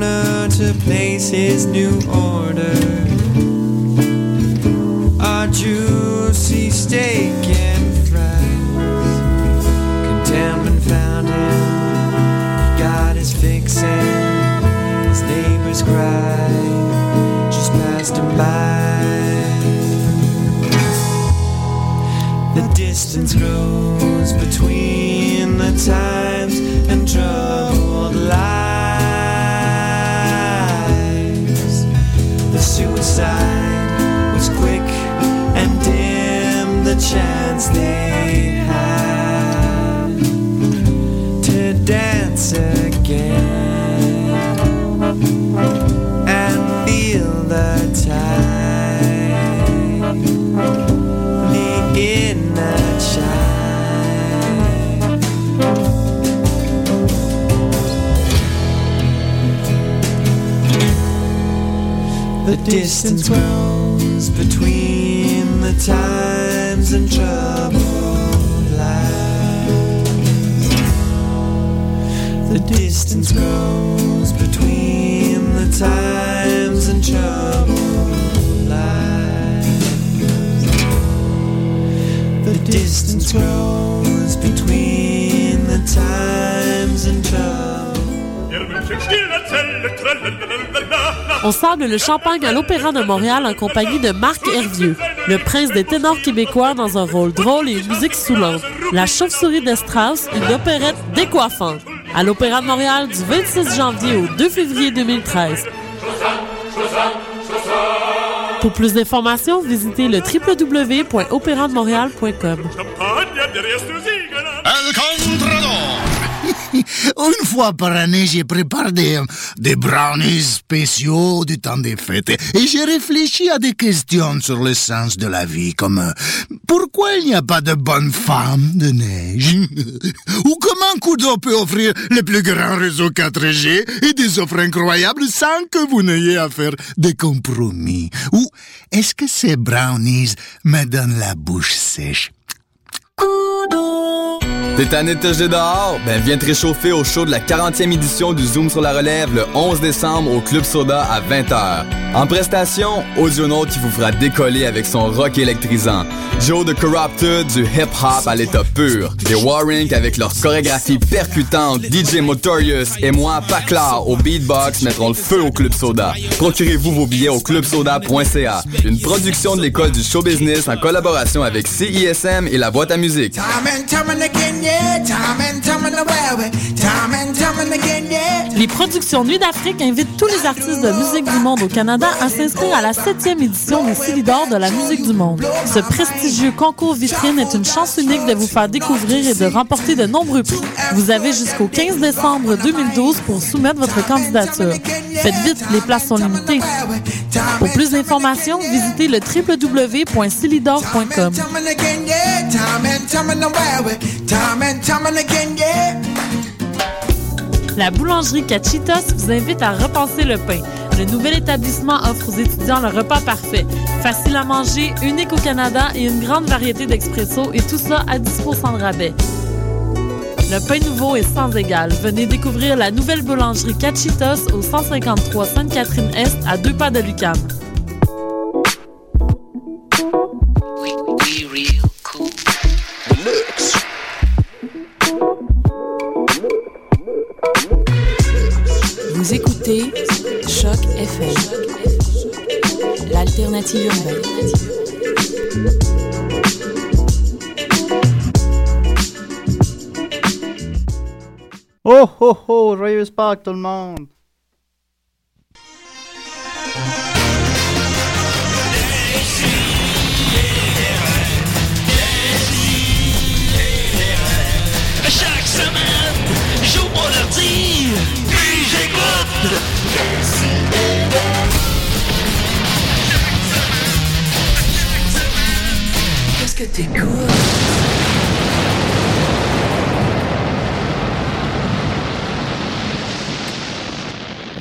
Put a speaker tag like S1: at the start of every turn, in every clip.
S1: to place his new order. A juicy steak and fries. Contentment found him. He got his fix in. His neighbors cried. Just passed him by. The distance grows between the times and troubled lives. The suicide was quick and dim, the chance they had to dance again and feel the tide, the inner child. The distance grows between the times and troubled lives. The distance grows between the times and troubled lives. The distance grows between the times and troubled
S2: On sable le champagne à l'Opéra de Montréal en compagnie de Marc Hervieux, le prince des ténors québécois dans un rôle drôle et une musique soulante. La chauve-souris de Strauss, une opérette décoiffante. À l'Opéra de Montréal du 26 janvier au 2 février 2013. Pour plus d'informations, visitez le www.opérandemontréal.com.
S3: El Contrador.
S4: Une fois par année, j'ai préparé des, des brownies spéciaux du temps des fêtes et j'ai réfléchi à des questions sur le sens de la vie, comme euh, pourquoi il n'y a pas de bonne femme de neige ou comment Kudo peut offrir le plus grand réseau 4G et des offres incroyables sans que vous n'ayez à faire des compromis ou est-ce que ces brownies me donnent la bouche sèche
S5: T'es tanné de te jeter dehors? Ben viens te réchauffer au show de la 40e édition du Zoom sur la relève le 11 décembre au Club Soda à 20h. En prestation, Audionaut qui vous fera décoller avec son rock électrisant. Joe de Corrupted, du hip-hop à l'état pur. Les Warring avec leur chorégraphie percutante, DJ Motorius et moi, Pacla, au beatbox mettront le feu au Club Soda. Procurez-vous vos billets au clubsoda.ca. Une production de l'école du show business en collaboration avec CISM et la boîte à musique.
S6: Time and time and again, yeah. Time and time and away. Time and time and again, yeah.
S2: Les productions Nuit d'Afrique invitent tous les artistes de musique du monde au Canada à s'inscrire à la 7e édition des Silidor de la musique du monde. Ce prestigieux concours vitrine est une chance unique de vous faire découvrir et de remporter de nombreux prix. Vous avez jusqu'au 15 décembre 2012 pour soumettre votre candidature. Faites vite, les places sont limitées. Pour plus d'informations, visitez le www.silidor.com.
S6: Time and again, yeah. Time and time and away. Time and time and again, yeah.
S2: La boulangerie Cachitos vous invite à repenser le pain. Le nouvel établissement offre aux étudiants le repas parfait. Facile à manger, unique au Canada et une grande variété d'expresso et tout ça à 10 de rabais. Le pain nouveau est sans égal. Venez découvrir la nouvelle boulangerie Cachitos au 153 Sainte-Catherine-Est à deux pas de Lucam.
S7: Vous écoutez Choc FM, l'alternative urbaine.
S8: Oh oh oh, joyeuse Pâques tout le monde!
S9: Chaque semaine, j'ouvre mon ordi, puis j'écoute. Qu'est-ce que t'écoutes?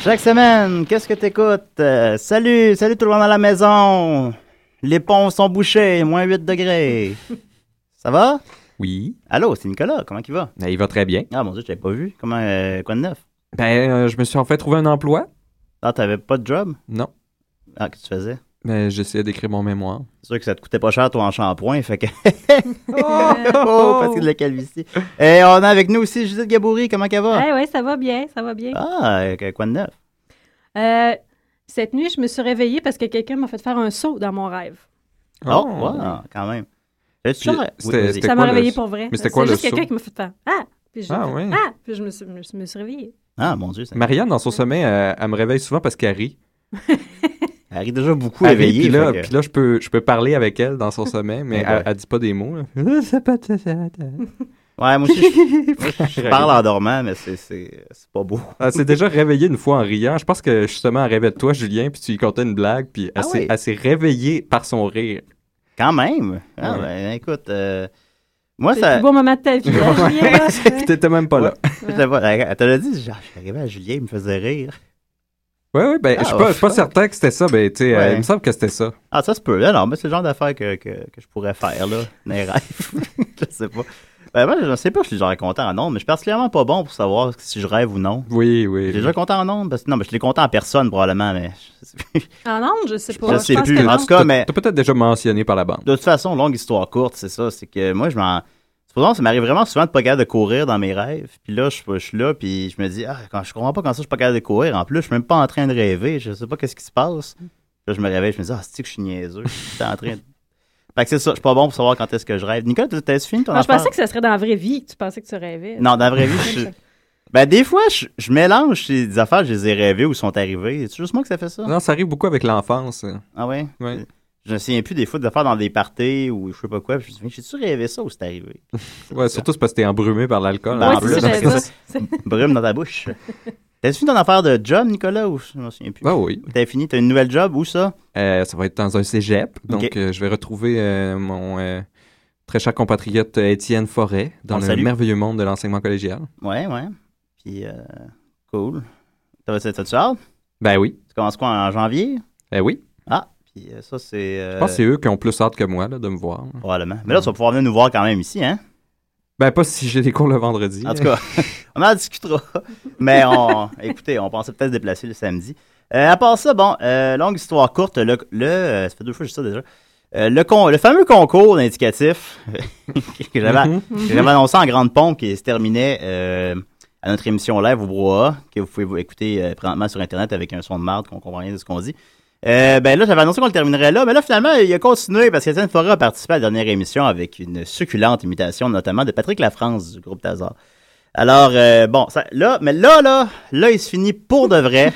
S8: Chaque semaine, qu'est-ce que t'écoutes? Euh, salut, salut tout le monde à la maison! Les ponts sont bouchés, moins 8 degrés. Ça va?
S10: Oui,
S8: Allô, c'est Nicolas, comment il va?
S10: ben, il va très bien.
S8: Ah mon dieu, je t'avais pas vu. Comment, euh, quoi de neuf?
S10: Ben, euh, je me suis en fait trouvé un emploi.
S8: Ah, t'avais pas de job?
S3: Non.
S8: Ah, que tu faisais?
S3: Mais j'essayais d'écrire mon mémoire.
S8: C'est sûr que ça te coûtait pas cher, toi, en shampoing, fait que... oh, parce que de la calvitie. Et on a avec nous aussi Judith Gaboury, comment qu'elle va?
S10: Ouais, Eh ouais, ça va bien, ça va bien.
S8: Ah, euh, quoi de neuf?
S10: Euh, cette nuit, je me suis réveillée parce que quelqu'un m'a fait faire un saut dans mon rêve.
S8: Oh, wow, quand même. J'avais
S3: Puis,
S8: toujours- oui,
S3: c'était-
S8: vas-y.
S3: c'était-
S10: Ça m'a
S3: quoi le
S10: réveillée
S3: saut?
S10: pour vrai.
S3: Mais c'était quoi
S10: C'est
S3: le
S10: juste quelqu'un
S3: saut?
S10: qui m'a fait faire Ah! Puis je,
S3: Ah, oui.
S10: Ah! Puis je me suis, me suis- me suis réveillée.
S8: Ah, mon Dieu, ça...
S3: Marianne, dans son sommeil, euh, elle, elle me réveille souvent parce qu'elle rit.
S8: elle arrive déjà beaucoup
S3: Elle rit,
S8: éveillée.
S3: Puis là,
S8: fait que- Eh ben.
S3: puis là, je, peux, je peux parler avec elle dans son sommeil, mais
S8: Ouais.
S3: elle, elle dit pas des mots. là.
S8: Ouais, moi aussi, je, je parle en dormant, mais c'est- c'est c'est pas beau.
S3: Elle s'est déjà réveillée une fois en riant. Je pense que justement, elle rêvait de toi, Julien, puis tu lui contais une blague, puis elle
S8: Ah
S3: s'est-
S8: oui.
S3: elle s'est réveillée par son rire.
S8: Quand même! Ah,
S3: Ouais.
S8: ben, écoute, euh, moi,
S10: C'est le
S8: ça...
S10: plus beau moment de ta vie. hein, Julien, là.
S3: Puis t'étais même pas là.
S8: Je l'ai pas- Elle te l'a dit, genre, je suis arrivé à Julien, il me faisait rire.
S3: Ouais, ouais, ben,
S8: Ah,
S3: je suis pas,
S8: oh,
S3: je suis pas
S8: fuck.
S3: certain que c'était ça, ben, tu sais, euh,
S8: Ouais.
S3: il me semble que c'était ça.
S8: Ah, ça se peut. Là, non, mais c'est le genre d'affaire que, que, que je pourrais faire, là, dans les rêves. je sais pas. Ben, moi, je sais pas si je l'ai déjà compté en ondes, mais je suis particulièrement pas bon pour savoir si je rêve ou non.
S3: Oui, oui.
S8: J'ai déjà compté en ondes? Parce... que- Non, mais je l'ai compté en personne, probablement, mais... je-
S10: En onde, Ah je sais pas.
S8: Je
S10: Je,
S8: sais
S10: pense
S8: plus.
S10: que
S8: En
S10: non.
S8: tout cas, mais...
S3: T'as peut-être déjà mentionné par la bande.
S8: De toute façon, longue histoire courte, c'est ça. C'est que moi, je m'en. Supposons, ça m'arrive vraiment souvent de pas capable de courir dans mes rêves. Puis là, je, je suis là, puis je me dis, ah, quand, je comprends pas quand ça, je suis pas capable de courir. En plus, je suis même pas en train de rêver. Je sais pas qu'est-ce qui se passe.
S10: Mm.
S8: Puis Là, je me réveille, je me dis, ah, c'est que je suis niaiseux. J'étais en train de. Fait que c'est ça, je suis pas bon pour savoir quand est-ce que je rêve. Nicolas, t'as- t'as-tu fini ton
S10: Ah, je
S8: affaire?
S10: pensais que ça serait dans la vraie vie que tu pensais que tu rêvais.
S8: Non, dans la vraie vie, je suis- Ben, des fois, je, je mélange ces- des affaires, je les ai rêvées ou sont arrivées. C'est juste moi que ça fait ça?
S3: Non, ça arrive beaucoup avec l'enfance. hein.
S8: Ah ouais?
S3: Ouais.
S8: Je me souviens plus des fois de faire dans des parties ou je sais pas quoi. Puis je me dis, j'ai-tu rêvé ça ou c'est arrivé?
S3: Ouais, surtout c'est parce que t'es embrumé par l'alcool.
S8: Ben,
S3: en
S10: Ouais,
S8: en
S10: c'est
S8: plus,
S10: ça, j'avais
S8: c'est
S10: pas.
S8: Brume dans ta bouche. T'as-tu fini ton affaire de job, Nicolas, ou je m'en souviens plus?
S3: Ah oui.
S8: T'as fini, t'as une nouvelle job, où ça?
S3: Euh, ça va être dans un cégep. Donc,
S8: Ok.
S3: euh, je vais retrouver euh, mon euh, très cher compatriote euh, Étienne Forêt dans
S8: On le
S3: le
S8: salue.
S3: merveilleux monde de l'enseignement collégial.
S8: Ouais, ouais. Puis, euh, cool. T'as- t'as- T'as-tu hâte?
S3: Ben oui.
S8: Tu commences quoi, en janvier?
S3: Eh oui.
S8: Ah, puis euh, ça, c'est... euh,
S3: Je pense que c'est eux qui ont plus hâte que moi là, de me voir.
S8: Probablement. Mais là, tu vas pouvoir venir nous voir quand même ici, hein?
S3: Ben pas si j'ai des cours le vendredi.
S8: En tout cas, on en discutera. Mais on, écoutez, on pensait peut-être se déplacer le samedi. Euh, à part ça, bon, euh, longue histoire courte, le, le- euh, ça fait deux fois que je dis ça déjà. Euh, le, con- le fameux concours d'indicatif que j'avais
S3: Mhm.
S8: que j'avais annoncé en grande pompe qui se terminait euh, à notre émission live au Brouhaha, que vous pouvez vous écouter euh, présentement sur Internet avec un son de marde qu'on comprend rien de ce qu'on dit. Euh, ben là, j'avais annoncé qu'on le terminerait là, mais là, finalement, il a continué parce qu'Étienne Forêt a participé à la dernière émission avec une succulente imitation, notamment de Patrick Lafrance du groupe Tazar. Alors, euh, bon, ça- là, mais là, là, là, il se finit pour de vrai.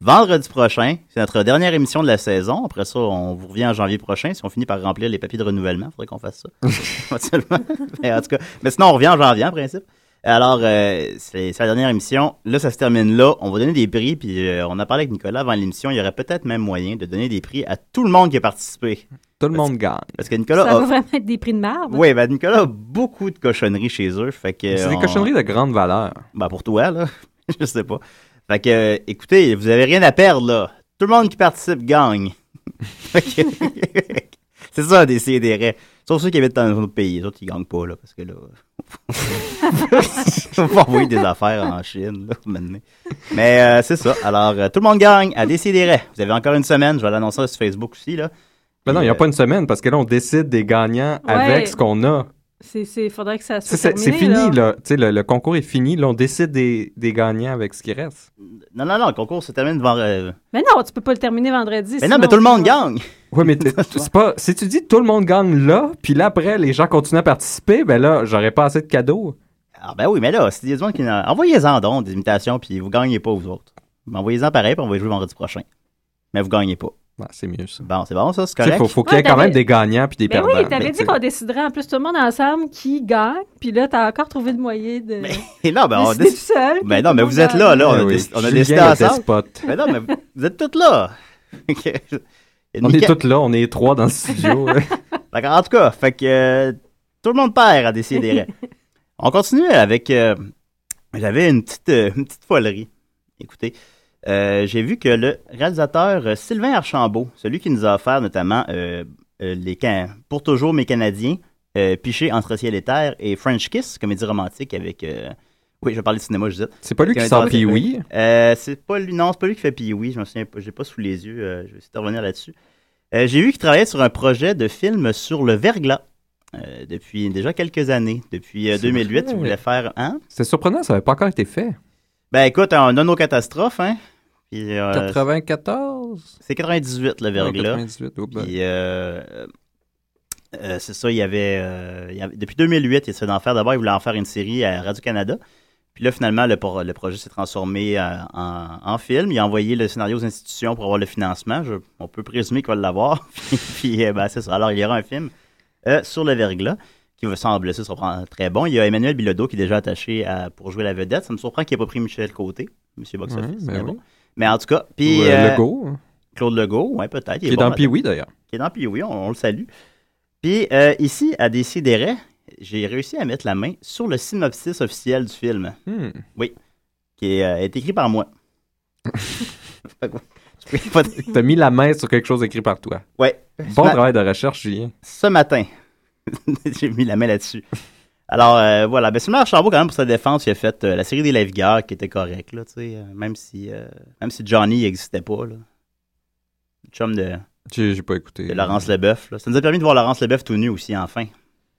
S8: Vendredi prochain, c'est notre dernière émission de la saison. Après ça, on vous revient en janvier prochain. Si on finit par remplir les papiers de renouvellement, faudrait qu'on fasse ça. Éventuellement. mais en tout cas, mais sinon, on revient en janvier, en principe. Alors, euh, c'est c'est la dernière émission. Là, ça se termine là. On va donner des prix. Puis, euh, on a parlé avec Nicolas avant l'émission. Il y aurait peut-être même moyen de donner des prix à tout le monde qui a participé.
S3: Tout le monde gagne.
S8: Parce que
S10: Ça
S8: Nicolas
S10: va
S8: a...
S10: vraiment être des prix de marbre.
S8: Oui, ben Nicolas a beaucoup de cochonneries chez eux. Fait que euh,
S3: C'est des
S8: on-
S3: cochonneries de grande valeur.
S8: ben pour toi, là. je sais pas. Fait que, euh, écoutez, vous avez rien à perdre, là. Tout le monde qui participe gagne. Fait que- C'est ça, des CDR. Sauf ceux qui habitent dans un autre pays. Les autres, ils gagnent pas, là, parce que là. On va envoyer des affaires en Chine, là, maintenant. Mais euh, c'est ça. Alors, euh, tout le monde gagne à décider. Vous avez encore une semaine. Je vais l'annoncer sur Facebook aussi, là.
S3: Ben non, il n'y a
S8: Euh,
S3: pas une semaine parce que là, on décide des gagnants
S10: Ouais.
S3: avec ce qu'on a.
S10: C'est, c'est, faudrait que ça
S3: C'est-
S10: soit
S3: C'est c'est
S10: terminé,
S3: fini, là.
S10: là.
S3: Tu sais, Le, le concours est fini. Là, on décide des, des gagnants avec ce qui reste.
S8: Non, non, non, le concours se termine devant. euh,
S10: Mais non, tu peux pas le terminer vendredi.
S8: Mais non, mais tout le monde gagne!
S3: Oui, mais t- c'est pas. Si tu dis tout le monde gagne là, puis là après les gens continuent à participer, ben là, j'aurais pas assez de cadeaux.
S8: Ah ben oui, mais là, s'il y a du monde qui... n'a- Envoyez-en donc des imitations, puis vous gagnez pas, vous autres. Mais Envoyez-en pareil, puis on va jouer vendredi prochain. Mais vous gagnez pas.
S3: Ouais, c'est mieux ça.
S8: Bon, c'est bon, ça, c'est
S3: Tu sais,
S8: correct?
S3: faut, faut qu'il y ait
S10: Ouais,
S3: quand
S10: t'avais-
S3: même des gagnants puis des
S10: Mais
S3: perdants.
S10: oui, t'avais
S3: mais
S10: dit
S3: tu sais.
S10: qu'on déciderait en plus tout le monde ensemble qui gagne, puis là, t'as encore trouvé le moyen de
S8: Et là, ben, on
S10: décider tout
S8: décide-
S10: seul. puis
S8: Ben
S10: tout
S8: non,
S10: le
S8: mais
S10: monde
S8: vous êtes là,
S10: gagne.
S8: là, on a,
S3: Ben oui,
S8: déc- on a
S3: Julien,
S8: décidé
S3: le
S8: ensemble.
S3: despote.
S8: Mais non, mais vous- vous êtes toutes là! Ok. Il y a
S3: On est
S8: Mika-
S3: tous là, on est trois dans le studio. là.
S8: Fait que, En tout cas, fait que euh, tout le monde perd à décider. On continue avec. euh, J'avais une petite, euh, une petite folerie. Écoutez, euh, j'ai vu que le réalisateur euh, Sylvain Archambault, celui qui nous a offert notamment euh, euh, les Can- Pour toujours mes Canadiens, euh, Piché entre ciel et terre et French Kiss, comédie romantique avec euh, Oui, je vais parler de cinéma, je dis.
S3: C'est pas lui qui sort Pee-wee?
S8: Euh, c'est pas lui, non, c'est pas lui qui fait Pee-wee. Je me souviens pas, j'ai pas sous les yeux. euh, je vais essayer de revenir là-dessus. Euh, j'ai vu qu'il travaillait sur un projet de film sur le verglas euh, depuis déjà quelques années. Depuis euh,
S3: C'est
S8: 2008,
S3: vrai.
S8: il voulait faire un.
S3: C'est surprenant, ça n'avait pas encore été fait.
S8: Ben écoute, on a nos catastrophes, hein. Puis, euh,
S3: 94?
S8: C'est 98, le verglas.
S3: Ah, 98, oh boy.
S8: Puis, euh, euh, c'est ça, il y, avait, euh, il y avait- Depuis 2008, il essayait d'en faire. D'abord, il voulait en faire une série à Radio-Canada. Puis là, finalement, le, por- le projet s'est transformé euh, en, en film. Il a envoyé le scénario aux institutions pour avoir le financement. Je- on peut présumer qu'il va l'avoir. puis, puis, euh, ben, c'est ça. Alors, il y aura un film euh, sur le verglas qui me semble ça surprend très bon. Il y a Emmanuel Bilodeau qui est déjà attaché à- pour jouer la vedette. Ça me surprend qu'il n'ait pas pris Michel Côté, Monsieur Box Office.
S3: Ouais, ben
S8: mais
S3: oui.
S8: bon. Mais en tout cas, puis
S3: Ou, euh,
S8: euh,
S3: Legault, hein.
S8: Claude Legault, oui, peut-être.
S3: Qui est dans Pee-wee, d'ailleurs.
S8: Qui est dans Pee-Wee, on, on le salue. Puis euh, ici, à Décideret, j'ai réussi à mettre la main sur le synopsis officiel du film.
S3: Hmm.
S8: Oui. Qui est, euh, est écrit par moi.
S3: T'as mis la main sur quelque chose écrit par toi.
S8: Ouais.
S3: Bon
S8: Ma-
S3: travail de recherche, Julien.
S8: ce matin. J'ai mis la main là-dessus. Alors, euh, voilà. Ben, Sylvain Archambault, quand même, pour sa défense, il a fait euh, la série des lifeguards qui était correcte, là, tu sais, euh, même, si, euh, même si Johnny n'existait pas, là. Le chum de,
S3: J'ai j'ai pas écouté.
S8: de Laurence Leboeuf, là. Ça nous a permis de voir Laurence Leboeuf tout nu aussi, enfin.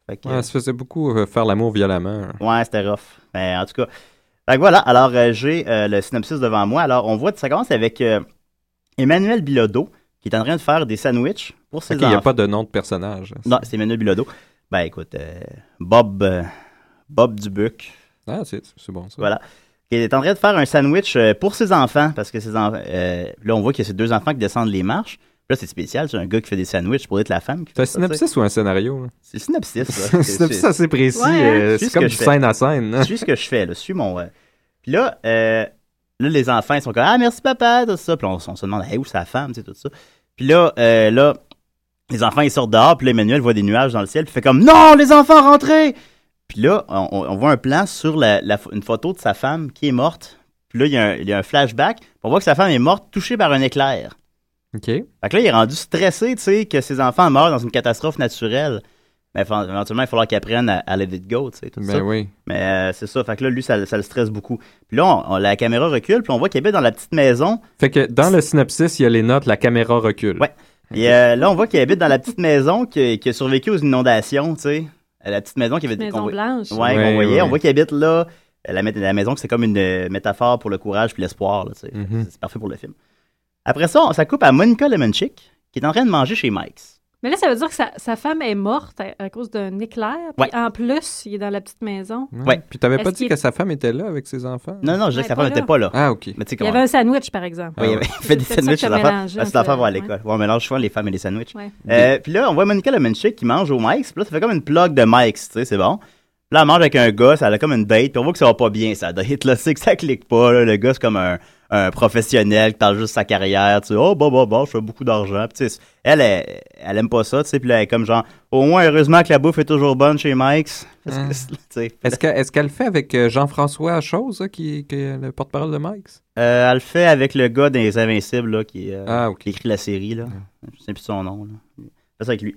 S8: Fait que,
S3: Ouais, ça faisait beaucoup euh, faire l'amour violemment.
S8: Ouais, c'était rough. Mais en tout cas. Fait que voilà, alors euh, j'ai euh, le synopsis devant moi. Alors, on voit, ça commence avec euh, Emmanuel Bilodeau, qui est en train de faire des sandwichs pour ses
S3: Ok, il n'y a
S8: enfants.
S3: pas de nom de personnage.
S8: Non, c'est Emmanuel Bilodeau. Ben écoute, euh, Bob, euh, Bob Dubuc.
S3: Ah, c'est c'est bon ça.
S8: Voilà. Qui est en train de faire un sandwich euh, pour ses enfants, parce que ses enfants. euh, là, on voit qu'il y a ses deux enfants qui descendent les marches. Là, c'est spécial, c'est un gars qui fait des sandwichs pour être la femme. qui
S3: C'est un
S8: fait ça, tu sais.
S3: synopsis ou un scénario? là?
S8: C'est le synopsis. là.
S3: C'est un synopsis assez précis.
S8: Ouais, hein?
S3: euh,
S8: Suis
S3: c'est
S8: ce
S3: comme
S8: que
S3: du
S8: je fais.
S3: scène à scène. hein.
S8: suis ce que je fais, là. Suis mon. euh. Puis là, euh, là, les enfants, ils sont comme Ah, merci papa, tout ça. Puis on, on se demande Hey, où sa femme, tu sais, tout ça. Puis là, euh, là, les enfants, ils sortent dehors. Puis là, Emmanuel voit des nuages dans le ciel. Puis fait comme Non, les enfants, rentrez Puis là, on, on- on voit un plan sur la, la pho- une photo de sa femme qui est morte. Puis là, il y a un, il y a un flashback. Puis on voit que sa femme est morte touchée par un éclair.
S3: OK.
S8: Fait que là, il est rendu stressé, tu sais, que ses enfants meurent dans une catastrophe naturelle. Mais fin- éventuellement, il va falloir qu'ils apprennent à, à let it go, tu sais, tout
S3: Ben
S8: ça.
S3: oui.
S8: Mais euh, c'est ça, fait que là, lui, ça, ça le stresse beaucoup. Puis là, on- on- la caméra recule, puis on voit qu'il habite dans la petite maison.
S3: Fait que dans le synopsis, il y a les notes, la caméra recule.
S8: Ouais. Et euh, là, on voit qu'il habite dans la petite maison qui, qui a survécu aux inondations, tu sais. Euh, La petite maison qui avait
S10: Maison blanche.
S8: Ouais,
S10: Ouais,
S8: qu'on voyait.
S3: ouais.
S8: On voit qu'il habite là. Euh, La, ma- la maison, que c'est comme une euh, métaphore pour le courage puis l'espoir, là, tu sais.
S3: Mhm.
S8: C'est parfait pour le film. Après ça, on- ça coupe à Monica Lemonchick, qui est en train de manger chez Mike's.
S10: Mais là, ça veut dire que sa, sa femme est morte à, à cause d'un éclair. Puis
S8: Ouais.
S10: en plus, il est dans la petite maison.
S8: Ouais.
S3: Puis t'avais
S10: Est-ce
S3: pas dit
S10: qu'il-
S3: que sa femme était là avec ses enfants?
S8: Non, non, je disais que
S10: Ouais,
S8: sa
S10: pas
S8: femme
S10: là.
S8: n'était pas là.
S3: Ah, OK.
S8: Mais tu sais
S10: Il y
S8: comment.
S10: avait un sandwich, par exemple.
S8: Oui, il avait fait des
S10: C'est ça que
S8: sandwichs
S10: t'as
S8: aux enfants.
S10: mélangé
S8: Ah, C'est
S10: un
S8: l'enfant
S10: peu,
S8: va à
S10: ouais.
S8: l'école. Ouais, On mélange souvent les femmes et les sandwichs.
S10: Ouais.
S8: Euh, puis là, on voit Monica Lemonchik qui mange au Mike's. Puis là, ça fait comme une plug de Mike's, tu sais, c'est bon. Puis là, elle mange avec un gars, ça a comme une date. Puis on voit que ça va pas bien, sa date. Là, c'est que ça clique pas. là. Le gars, c'est comme un, un professionnel qui parle juste de sa carrière. Tu sais, oh, bah, bah, bah, je fais beaucoup d'argent. Puis tu sais, elle, elle, elle aime pas ça, tu sais. Puis là, elle est comme genre, au moins, heureusement que la bouffe est toujours bonne chez Mike's. Parce que, tu sais,
S3: Est-ce que- est-ce qu'elle le fait avec euh, Jean-François Chose, hein, qui, qui est le porte-parole de Mike's?
S8: euh, elle le fait avec le gars des Invincibles, là, qui est. euh,
S3: Ah, OK.
S8: qui écrit la série, là. Je sais plus son nom, là. Elle fait ça avec lui.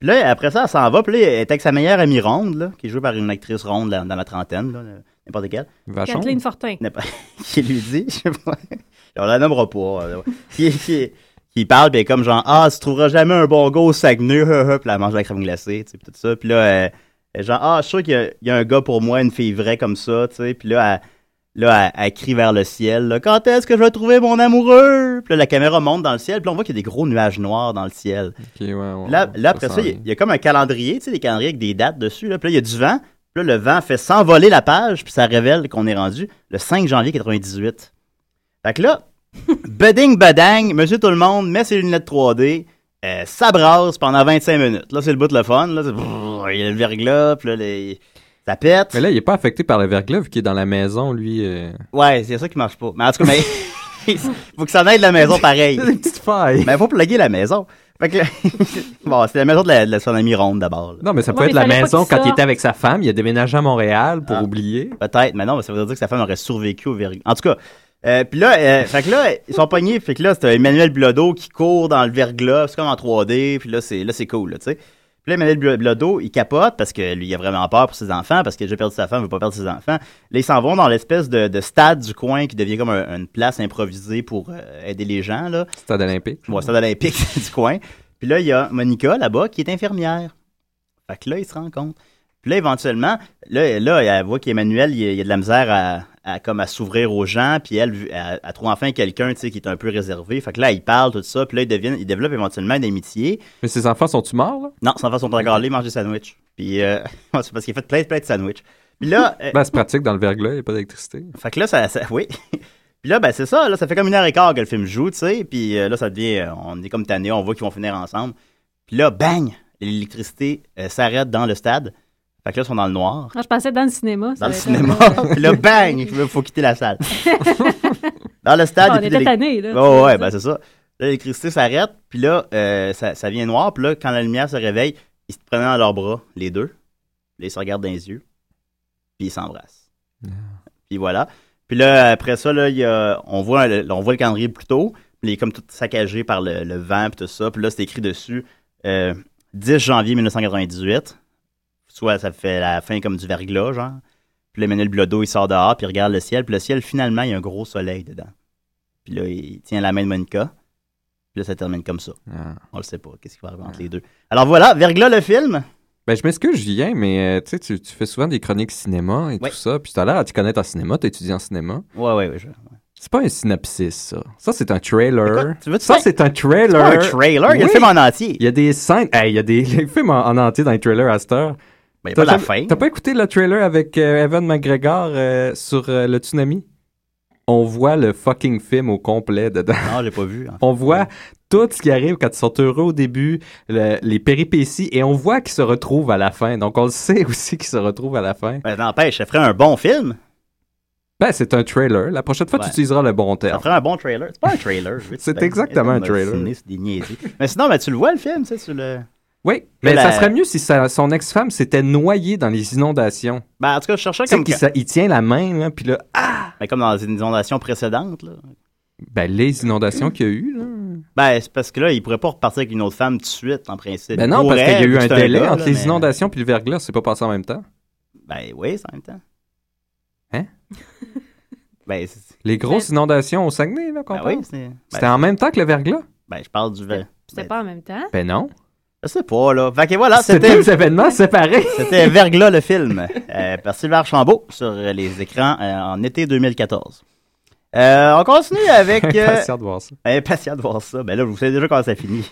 S8: Puis là, après ça, elle s'en va, puis là, elle est avec sa meilleure amie ronde, là, qui est jouée par une actrice ronde là, dans la trentaine, là, n'importe quelle,
S3: Vachon?
S10: Kathleen Fortin.
S8: N'a pas- qui lui dit, je sais pas, on la nommera pas, euh, ouais. qui, qui- qui parle, puis elle est comme genre, ah, tu trouveras jamais un bon gars au Saguenay, hein, hein. puis là, elle mange de la crème glacée, tu sais, puis tout ça, puis là, elle- elle est genre, ah, je suis sûr qu'il y a- il y, a un gars pour moi, une fille vraie comme ça, tu sais, puis là, elle, Là, elle, elle crie vers le ciel. là, Quand est-ce que je vais trouver mon amoureux? Puis là, la caméra monte dans le ciel. Puis là, on voit qu'il y a des gros nuages noirs dans le ciel.
S3: OK, ouais, ouais,
S8: Là,
S3: ouais,
S8: là après
S3: sent
S8: ça, il y, a-
S3: bien.
S8: il y a comme un calendrier, tu sais, des calendriers avec des dates dessus. Là. Puis là, il y a du vent. Puis là, le vent fait s'envoler la page. Puis ça révèle qu'on est rendu le 5 janvier 98. Fait que là, budding badang, monsieur tout le monde met ses lunettes 3D. euh, ça brasse pendant 25 minutes. Là, c'est le bout de le fun. Là, c'est- brrr, il y a le verglas. Puis là, les- ça pète.
S3: Mais là, il est pas affecté par le verglas, vu qu'il est dans la maison, lui. euh.
S8: Ouais, c'est ça qui marche pas. Mais en tout cas, mais faut que ça en aille de la maison pareil.
S3: Des petites failles.
S8: Mais faut plugger la maison. Fait que bon, c'est la maison de, la, de son ami Ronde d'abord. là.
S3: Non, mais ça peut
S10: Ouais,
S3: être
S10: mais
S3: la
S10: fallait pas
S3: maison
S10: qu'il
S3: quand il
S10: sorte.
S3: était avec sa femme. Il a déménagé à Montréal
S8: Ah.
S3: pour oublier.
S8: Peut-être, mais non, mais ça veut dire que sa femme aurait survécu au verglas. En tout cas, euh, puis là, euh, fait que là, ils sont pognés. Fait que là, c'est Emmanuel Blodeau qui court dans le verglas. C'est comme en 3D. Puis là, c'est là, c'est cool, là, tu sais. Puis Puis là, Emmanuel Bl- Blodeau, il capote parce que lui, il a vraiment peur pour ses enfants, parce qu'il a déjà perdu sa femme, il veut pas perdre ses enfants. Là, ils s'en vont dans l'espèce de, de stade du coin qui devient comme un- une place improvisée pour euh, aider les gens, là.
S3: Stade olympique.
S8: Ouais, stade olympique du coin. Puis là, il y a Monica là-bas qui est infirmière. Fait que là, il se rend compte. Puis là, éventuellement, là, là elle voit qu'Emmanuel, il y a, il y a de la misère à, à- comme à s'ouvrir aux gens. Puis elle, vu- elle, elle trouve enfin quelqu'un tu sais, qui est un peu réservé. Fait que là, il parle, tout ça. Puis là, il, devient, il développe éventuellement une amitié.
S3: Mais ses enfants sont-tu morts, là?
S8: Non, sans façon de regarder, manger des sandwichs. Puis euh, c'est parce qu'il a fait plein, plein de sandwichs. Puis là. euh,
S3: Ben, c'est pratique, dans le verglas, il n'y a pas d'électricité.
S8: fait que là, ça, ça- oui. Puis là, ben, c'est ça. Là, ça fait comme une heure et quart que le film joue, tu sais. Puis euh, là, ça devient. euh, on est comme tanné, on voit qu'ils vont finir ensemble. Puis là, bang! L'électricité euh, s'arrête dans le stade. Fait que là, ils sont dans le noir.
S10: Ah, je pensais dans le cinéma. ça
S8: Dans le
S10: avait été-
S8: cinéma. Puis là, bang! Il faut quitter la salle. dans le stade.
S10: Ah, on
S8: et puis
S10: était
S8: l'élec-
S10: tannés, là.
S8: Ouais, ouais, ben, c'est ça. Là, l'électricité s'arrête. Puis là, euh, ça, ça vient noir. Puis là, quand la lumière se réveille, ils se prennent dans leurs bras, les deux. Puis là, ils se regardent dans les yeux. Puis ils s'embrassent. Puis voilà. Puis là, après ça, là, il y a- on, voit, le- on voit le calendrier plus tôt. Puis il est comme tout saccagé par le, le vent puis tout ça. Puis là, c'est écrit dessus euh, 10 janvier 1998. Soit ça fait la fin comme du verglas, genre. Puis là, Emmanuel Blodeau, il sort dehors, puis il regarde le ciel. Puis le ciel, finalement, il y a un gros soleil dedans. Puis là, il tient la main de Monica. Puis là, ça termine comme ça.
S3: Ah.
S8: On le sait pas. Qu'est-ce qui va arriver entre les deux? Alors voilà, verglas le film.
S3: Ben, je m'excuse, Julien, mais euh, tu sais, tu- tu fais souvent des chroniques cinéma et
S8: Ouais.
S3: tout ça. Puis tout à l'heure, tu connais ton cinéma, tu étudié en cinéma.
S8: Ouais, ouais, ouais. je-
S3: C'est pas un synopsis, ça. Ça, c'est un trailer.
S8: tu veux-tu
S3: ça,
S8: faire-
S3: c'est un trailer.
S8: C'est pas un trailer, il y a le film en entier.
S3: Il y a des scènes. Hey, il y a des les films en, en entier dans les trailers à cette heure.
S8: Ben, il y a
S3: T'as
S8: pas la
S3: jamais-
S8: fin.
S3: T'as pas écouté le trailer avec euh, Evan McGregor euh, sur euh, le tsunami? On voit le fucking film au complet dedans.
S8: Non, j'ai pas vu. en fait.
S3: On voit tout ce qui arrive quand ils sont heureux au début, le- les péripéties, et on voit qu'ils se retrouvent à la fin. Donc, on le sait aussi qu'ils se retrouvent à la fin.
S8: Ben, n'empêche, ça ferait un bon film.
S3: Ben, c'est un trailer. La prochaine fois,
S8: Ouais.
S3: tu utiliseras le bon
S8: Ça
S3: terme.
S8: ferait un bon trailer. C'est pas un trailer. je veux te
S3: C'est
S8: dire.
S3: exactement un
S8: Arrête de me
S3: trailer.
S8: dessiner, c'est des niaiseries. mais sinon, ben, tu le vois le film, tu sais, tu le.
S3: Oui, mais
S8: la-
S3: ça serait mieux si sa- son ex-femme s'était noyée dans les inondations.
S8: Ben, en tout cas, je cherchais
S3: Tu sais
S8: comme,
S3: qu'il sa- il tient la main, là, puis là, ah!
S8: ben, comme dans les inondations précédentes. Là.
S3: Ben, les inondations qu'il y a eu, là.
S8: Ben, c'est parce que là, il pourrait pas repartir avec une autre femme tout de suite, en principe.
S3: Ben
S8: Il
S3: non, parce
S8: pourrait,
S3: qu'il y a
S8: vu
S3: eu
S8: que
S3: un
S8: c'est
S3: délai
S8: gars,
S3: entre
S8: là,
S3: les
S8: mais-
S3: inondations puis le verglas. C'est pas passé en même temps.
S8: Ben oui, c'est en même temps.
S3: Hein?
S8: Ben, c'est-
S3: Les grosses inondations au Saguenay, là, qu'on
S8: ben
S3: parle.
S8: oui, c'est.
S3: C'était
S8: Ben,
S3: en même temps que le verglas?
S8: ben, je parle du. Ben,
S10: C'était pas en même temps.
S3: Ben non.
S8: je sais pas, là. Fait que voilà,
S3: C'est
S8: Ah, c'était.
S3: deux événements séparés.
S8: C'était Verglas le film, euh, par Sylvain Archambault, sur euh, les écrans euh, en été 2014. Euh, on continue avec... euh,
S3: Impatient de voir ça.
S8: Impatient de voir ça. Ben là, vous savez déjà quand ça finit.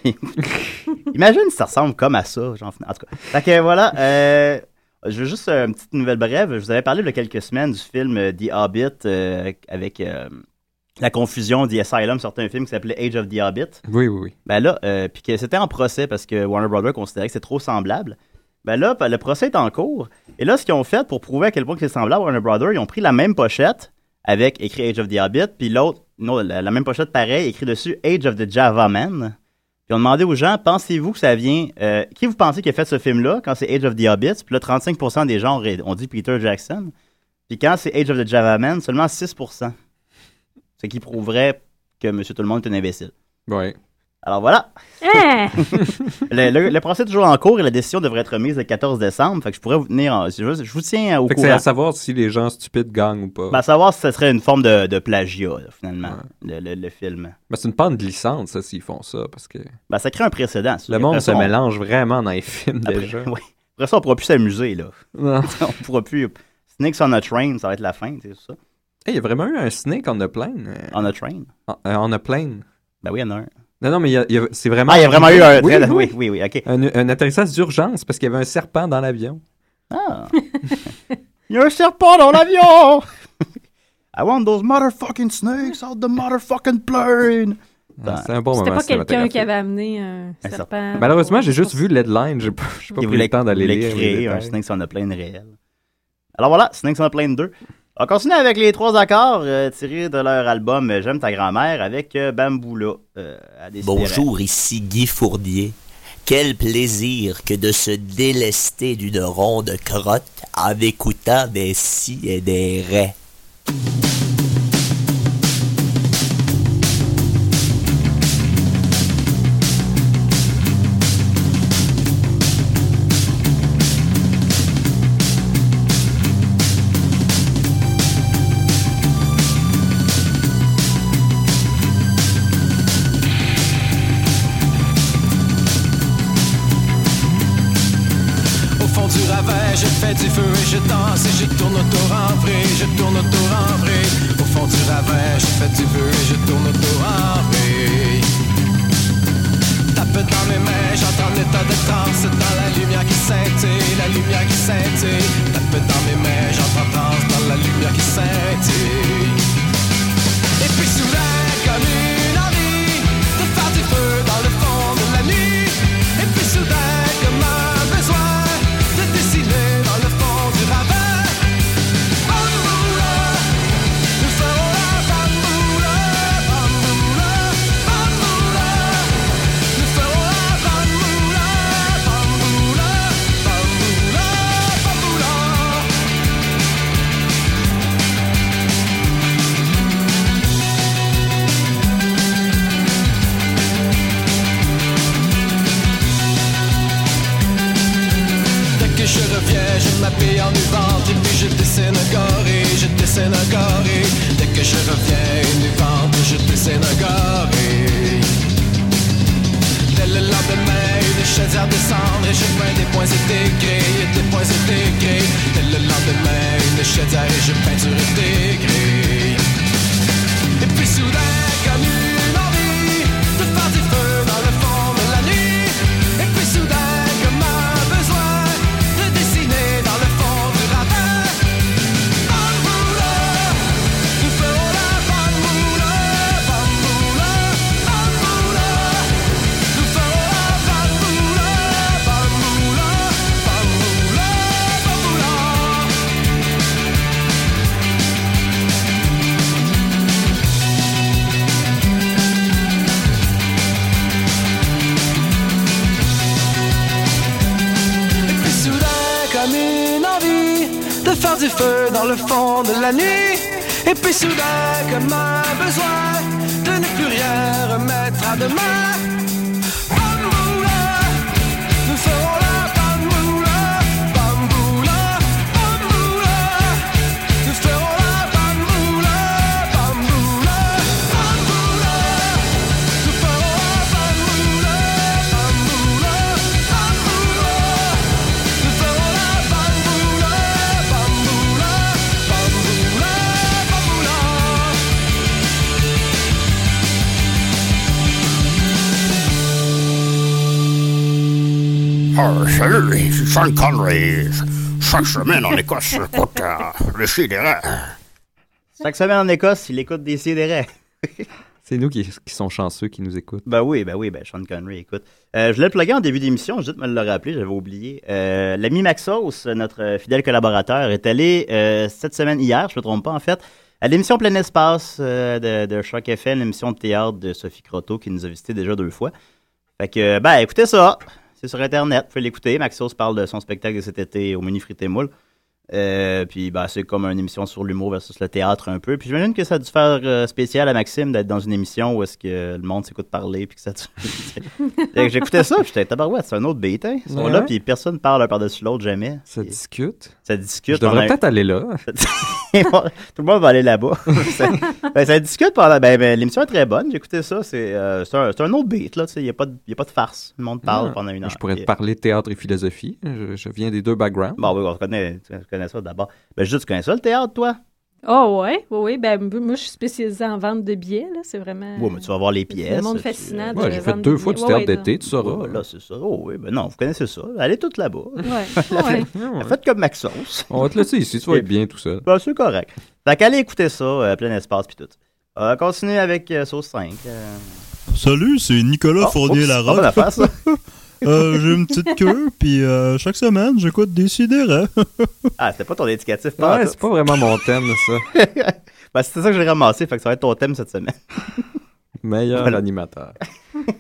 S8: Imagine si ça ressemble comme à ça. Genre, en tout cas. Fait que voilà. euh, je veux juste euh, une petite nouvelle brève. Je vous avais parlé il y a quelques semaines du film euh, The Hobbit euh, avec euh, la confusion. The Asylum sortait un film qui s'appelait Age of the Hobbit.
S3: Oui, oui, oui.
S8: Ben là, euh, puis que c'était en procès parce que Warner Brothers considérait que c'est trop semblable. Ben là, pa- le procès est en cours. Et là, ce qu'ils ont fait pour prouver à quel point que c'est semblable, Warner Brothers, ils ont pris la même pochette avec écrit Age of the Hobbit, puis l'autre, non, la, la même pochette pareil, écrit dessus Age of the Java Man. Puis on demandé aux gens, pensez-vous que ça vient. euh, qui vous pensez qui a fait ce film-là quand c'est Age of the Hobbit? Puis là, 35% des gens auraient- ont dit Peter Jackson. Puis quand c'est Age of the Java Man, seulement 6%. Ce qui prouverait que Monsieur Tout-le-Monde est un imbécile.
S3: Ouais.
S8: Alors voilà,
S10: Hein?
S8: le, le- le procès est toujours en cours et la décision devrait être remise le 14 décembre. Fait que je pourrais vous tenir. en- je, je vous tiens au
S3: Fait que c'est
S8: courant.
S3: à savoir si les gens stupides gagnent ou pas.
S8: Ben, à savoir si ce serait une forme de, de plagiat, là, finalement, le, le- le film.
S3: Ben, c'est une pente glissante, ça, s'ils font ça, parce que
S8: Ben, ça crée un précédent. c'est sûr.
S3: le monde
S8: Après
S3: se
S8: ça, on-
S3: mélange vraiment dans les films
S8: Après,
S3: déjà.
S8: ouais. Après ça, on pourra plus s'amuser. là.
S3: Non.
S8: on pourra plus. Snakes on a train, ça va être la fin, c'est ça.
S3: Hey, il y a vraiment eu un snake on a plane. euh,
S8: On a train.
S3: en- euh, on a plane.
S8: Ben oui, il y en a un.
S3: Non, non, mais il y a- il y a- c'est vraiment.
S8: Ah, il y a vraiment eu un.
S3: Oui,
S8: très-
S3: oui.
S8: oui, oui, oui, ok.
S3: Un, un atterrissage d'urgence parce qu'il y avait un serpent dans l'avion.
S8: Ah. Il y a un serpent dans l'avion! I want those motherfucking snakes out the motherfucking plane! Ben,
S3: Ah, c'est un bon
S10: C'était
S3: moment.
S10: pas quelqu'un
S3: cinématographique.
S10: qui avait amené un
S8: serpent.
S10: serpent.
S3: Malheureusement, j'ai juste vu l'headline. J'ai pas, j'ai pas
S8: Il
S3: pris le temps d'aller
S8: voulait
S3: lire. les
S8: créer un
S3: détails.
S8: Snakes on a Plane réel. Alors voilà, Snakes on a Plane 2. On continue avec les trois accords euh, tirés de leur album euh, J'aime ta grand-mère avec euh, Bamboula. euh, à Décidéré.
S11: Bonjour, ici Guy Fournier. Quel plaisir que de se délester d'une ronde crotte en écoutant des si et des raies.
S12: ravais, je fais du feu et je danse et je tourne autour en vrille, je tourne autour en vrille. Au fond du ravin, je fais du feu et je tourne autour en vrille. Tape dans mes mains, j'entends l'état de transe dans la lumière qui scintille, la lumière qui scintille. Tape dans mes mains, j'entends danse dans la lumière qui scintille. Et puis soudain, comme une envie de faire du feu dans le fond de la nuit. Et puis soudain, comme un besoin de dessiner dans le fond du ravin. Bamboula, nous ferons la bamboula, bamboula, bamboula. Nous ferons la bamboula, bamboula, bamboula, bamboula. Dès que je reviens, je m'habille en vente et puis je dessine un gorille, je dessine un gorille. Dès que je reviens, une vente, je dessine un gorille. Dès le lendemain, une chaudière descendre et je peins des points et des grilles, et des points et des grilles. Dès le lendemain, une chaudière et je peinture et des grilles. Et puis soudain, comme une envie de faire du feu dans le fond de la nuit. Et puis soudain, comme un besoin de dessiner dans le fond du ravin. Bamboula, nous ferons la bamboula, bamboula, bamboula. Nous ferons la bamboula, bamboula, bamboula, bamboula. Et puis soudain, comme une envie de faire du feu dans le fond de la nuit. Et puis soudain, comme un besoin de ne plus rien remettre à demain. Bamboula, nous ferons la bamboula, bamboula, bamboula. Nous ferons la bamboula, bamboula, bamboula. Nous ferons la bamboula, bamboula, bamboula. Nous ferons la bamboula, bamboula, bamboula, bamboula.
S13: Ah, salut, c'est Sean Connery. Cinq semaines en Écosse, écoute, euh, le sidéré.
S8: Chaque semaine en Écosse, il écoute des sidérés.
S3: C'est nous qui, qui sont chanceux qui nous écoutent.
S8: Ben oui, ben oui, ben Sean Connery, écoute. Euh, je l'ai plugué en début d'émission, juste me le rappeler, j'avais oublié. Euh, L'ami Maxos, notre euh, fidèle collaborateur, est allé euh, cette semaine, hier, je me trompe pas en fait, à l'émission Plein Espace euh, de, de Choc FM, l'émission de théâtre de Sophie Croteau qui nous a visité déjà deux fois. Fait que, ben écoutez ça, c'est sur Internet, vous pouvez l'écouter. Maxos parle de son spectacle de cet été au Mini Frites et Moules. Euh, puis ben, c'est comme une émission sur l'humour versus le théâtre un peu. Puis j'imagine que ça a dû faire euh, spécial à Maxime d'être dans une émission où est-ce que le monde s'écoute parler puis que ça dure. Fait que J'écoutais ça, puis j'étais tabarouette, c'est un autre bête, hein. Ils sont
S3: Ben Ouais.
S8: là, puis personne parle un par-dessus l'autre jamais.
S3: Ça discute.
S8: Ça discute.
S3: Je devrais
S8: pendant-
S3: peut-être aller là.
S8: Tout le monde va aller là-bas. ça, ben, ça discute pendant. Ben, ben, l'émission est très bonne, j'écoutais ça. C'est, euh, c'est un, c'est un autre beat, là. tu sais, Il n'y a, pas de- il y a pas de farce. Le monde parle
S3: Ah,
S8: pendant une heure.
S3: Je pourrais
S8: Puis,
S3: te parler de théâtre et philosophie. Je, je viens des deux backgrounds.
S8: Bon, oui, on connaît, tu connais ça d'abord. Ben, juste, tu connais ça, le théâtre, toi?
S10: Oh, ouais, oui, oui. Ben, m- moi, je suis spécialisée en vente de billets, là. Euh, C'est vraiment.
S8: Ouais, mais tu vas voir les pièces.
S10: monde
S8: puis,
S10: fascinant
S8: euh,
S10: de Ouais, j'ai fait vendre deux des fois du billets. théâtre Ouais, ouais, d'été,
S3: tu sauras.
S8: Ouais, là, c'est ça. Oh, oui, ben non, vous connaissez ça. Allez toutes là-bas.
S10: ouais.
S8: Faites comme Maxos.
S3: On va te laisser ici, tu vas être bien tout seul.
S8: Ben, c'est correct. Fait qu'allez écouter ça, euh, plein espace puis tout. Euh, continue avec euh, Sauce 5. euh.
S5: Salut, c'est Nicolas
S8: Oh,
S5: Fournier
S8: oups,
S5: Larocque.
S8: pas bonne affaire, ça.
S5: Euh, j'ai une petite queue, puis euh, chaque semaine, j'écoute des sidérés.
S8: Ah, c'était pas ton indicatif,
S5: Ouais, c'est
S3: pas vraiment mon thème, ça.
S8: ben, c'est ça que j'ai ramassé, fait que ça va être ton thème cette semaine.
S3: Meilleur
S8: Voilà.
S3: animateur.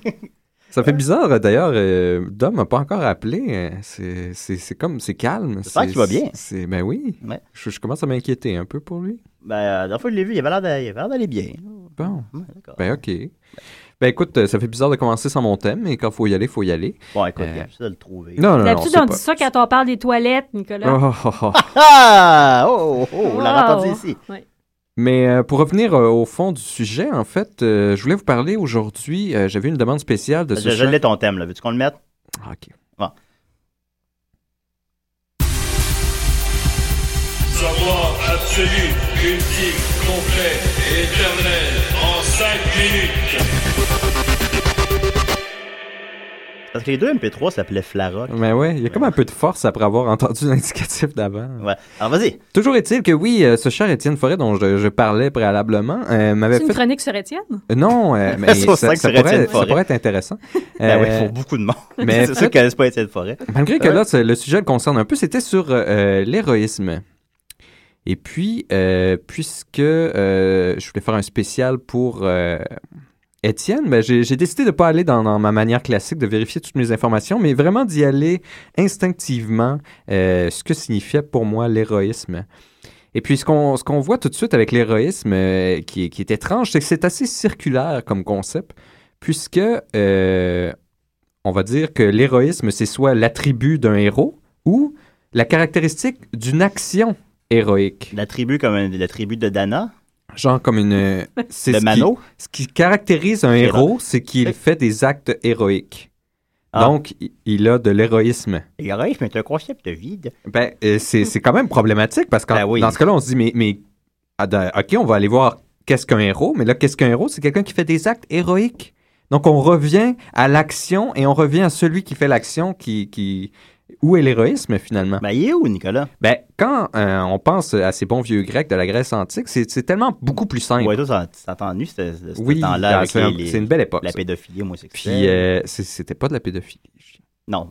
S3: Ça fait bizarre, euh, d'ailleurs. euh, Dom m'a pas encore appelé. hein. C'est c'est- c'est comme, c'est calme.
S8: J'espère
S3: C'est
S8: qu'il va bien.
S3: c'est- Ben oui. Je, je commence à m'inquiéter un peu pour lui.
S8: Ben, euh, la dernière fois que je l'ai vu, il avait l'air d'a- il avait l'air d'aller bien.
S3: Bon.
S8: Ouais, d'accord.
S3: Ben ok. Ben écoute, euh, ça fait bizarre de commencer sans mon thème, mais quand faut y aller, faut y aller.
S8: Bon, écoute, j'essaie de le trouver.
S3: euh, Non, non, non.
S10: D'habitude,
S3: c'est
S10: on
S3: pas-
S10: dit ça quand on parle des toilettes, Nicolas.
S3: Oh, oh, oh.
S8: Ah! Oh, oh, oh, on l'a
S10: Wow.
S8: entendu ici.
S10: Ouais.
S3: Mais euh, pour revenir euh, au fond du sujet, en fait, euh, je voulais vous parler aujourd'hui. euh, J'avais une demande spéciale de ce Ah,
S8: Je, je
S3: chat-
S8: l'ai ton thème, là. Veux-tu qu'on le mette?
S3: Ah, ok.
S8: Bon.
S14: absolu, ultime, complet et éternel en 5 minutes.
S8: Parce que les deux MP3 s'appelaient Flaroc.
S3: Mais Ben ouais, il y a comme un peu de force après avoir entendu l'indicatif d'avant.
S8: Ouais. Alors vas-y.
S3: Toujours est-il que oui, euh, ce cher Étienne Forêt dont je, je parlais préalablement euh, m'avait
S10: C'est une
S3: fait.
S10: chronique sur Étienne?
S3: Euh, Non, euh, mais
S8: Sur
S3: ça,
S8: cinq
S3: ça
S8: sur Étienne
S3: pourrait, ça
S8: Forêt.
S3: pourrait être intéressant.
S8: Ben oui,
S3: Euh,
S8: pour beaucoup de monde.
S3: mais
S8: c'est ceux qui connaissent pas Étienne Forêt.
S3: Euh, Malgré que
S8: Ouais.
S3: là, c'est- le sujet le concerne un peu, c'était sur euh, euh, l'héroïsme. Et puis, euh, puisque euh, je voulais faire un spécial pour euh, Étienne, ben, j'ai j'ai décidé de ne pas aller dans, dans ma manière classique de vérifier toutes mes informations, mais vraiment d'y aller instinctivement euh, ce que signifiait pour moi l'héroïsme. Et puis, ce qu'on ce qu'on voit tout de suite avec l'héroïsme, euh, qui, est- qui est étrange, c'est que c'est assez circulaire comme concept, puisque euh, on va dire que l'héroïsme, c'est soit l'attribut d'un héros ou la caractéristique d'une action héroïque.
S8: L'attribut comme l'attribut de Dana?
S3: Genre comme une... euh, c'est
S8: De
S3: ce qui-
S8: Mano?
S3: Ce qui caractérise un
S8: Héro-
S3: héros, c'est qu'il fait des actes héroïques.
S8: Ah.
S3: Donc, i- il a de l'héroïsme.
S8: L'héroïsme est un concept vide.
S3: Ben, euh, c'est c'est quand même problématique parce que
S8: Ben oui.
S3: dans ce cas-là, on se dit, mais, mais ah, da- OK, on va aller voir qu'est-ce qu'un héros, mais là, qu'est-ce qu'un héros? C'est quelqu'un qui fait des actes héroïques. Donc, on revient à l'action et on revient à celui qui fait l'action qui, qui... Où est l'héroïsme, finalement?
S8: Ben, il est où, Nicolas?
S3: Ben, quand euh, on pense à ces bons vieux Grecs de la Grèce antique, c'est c'est tellement beaucoup plus simple.
S8: Ouais, toi, ça ça t'a ennuyé, ce, ce- ce
S3: Ah, Oui,
S8: temps-là.
S3: ah,
S8: avec
S3: c'est un-
S8: les-
S3: c'est une belle époque,
S8: La
S3: ça.
S8: pédophilie homosexuelle.
S3: Puis, euh, c'est- c'était pas de la pédophilie.
S8: Non.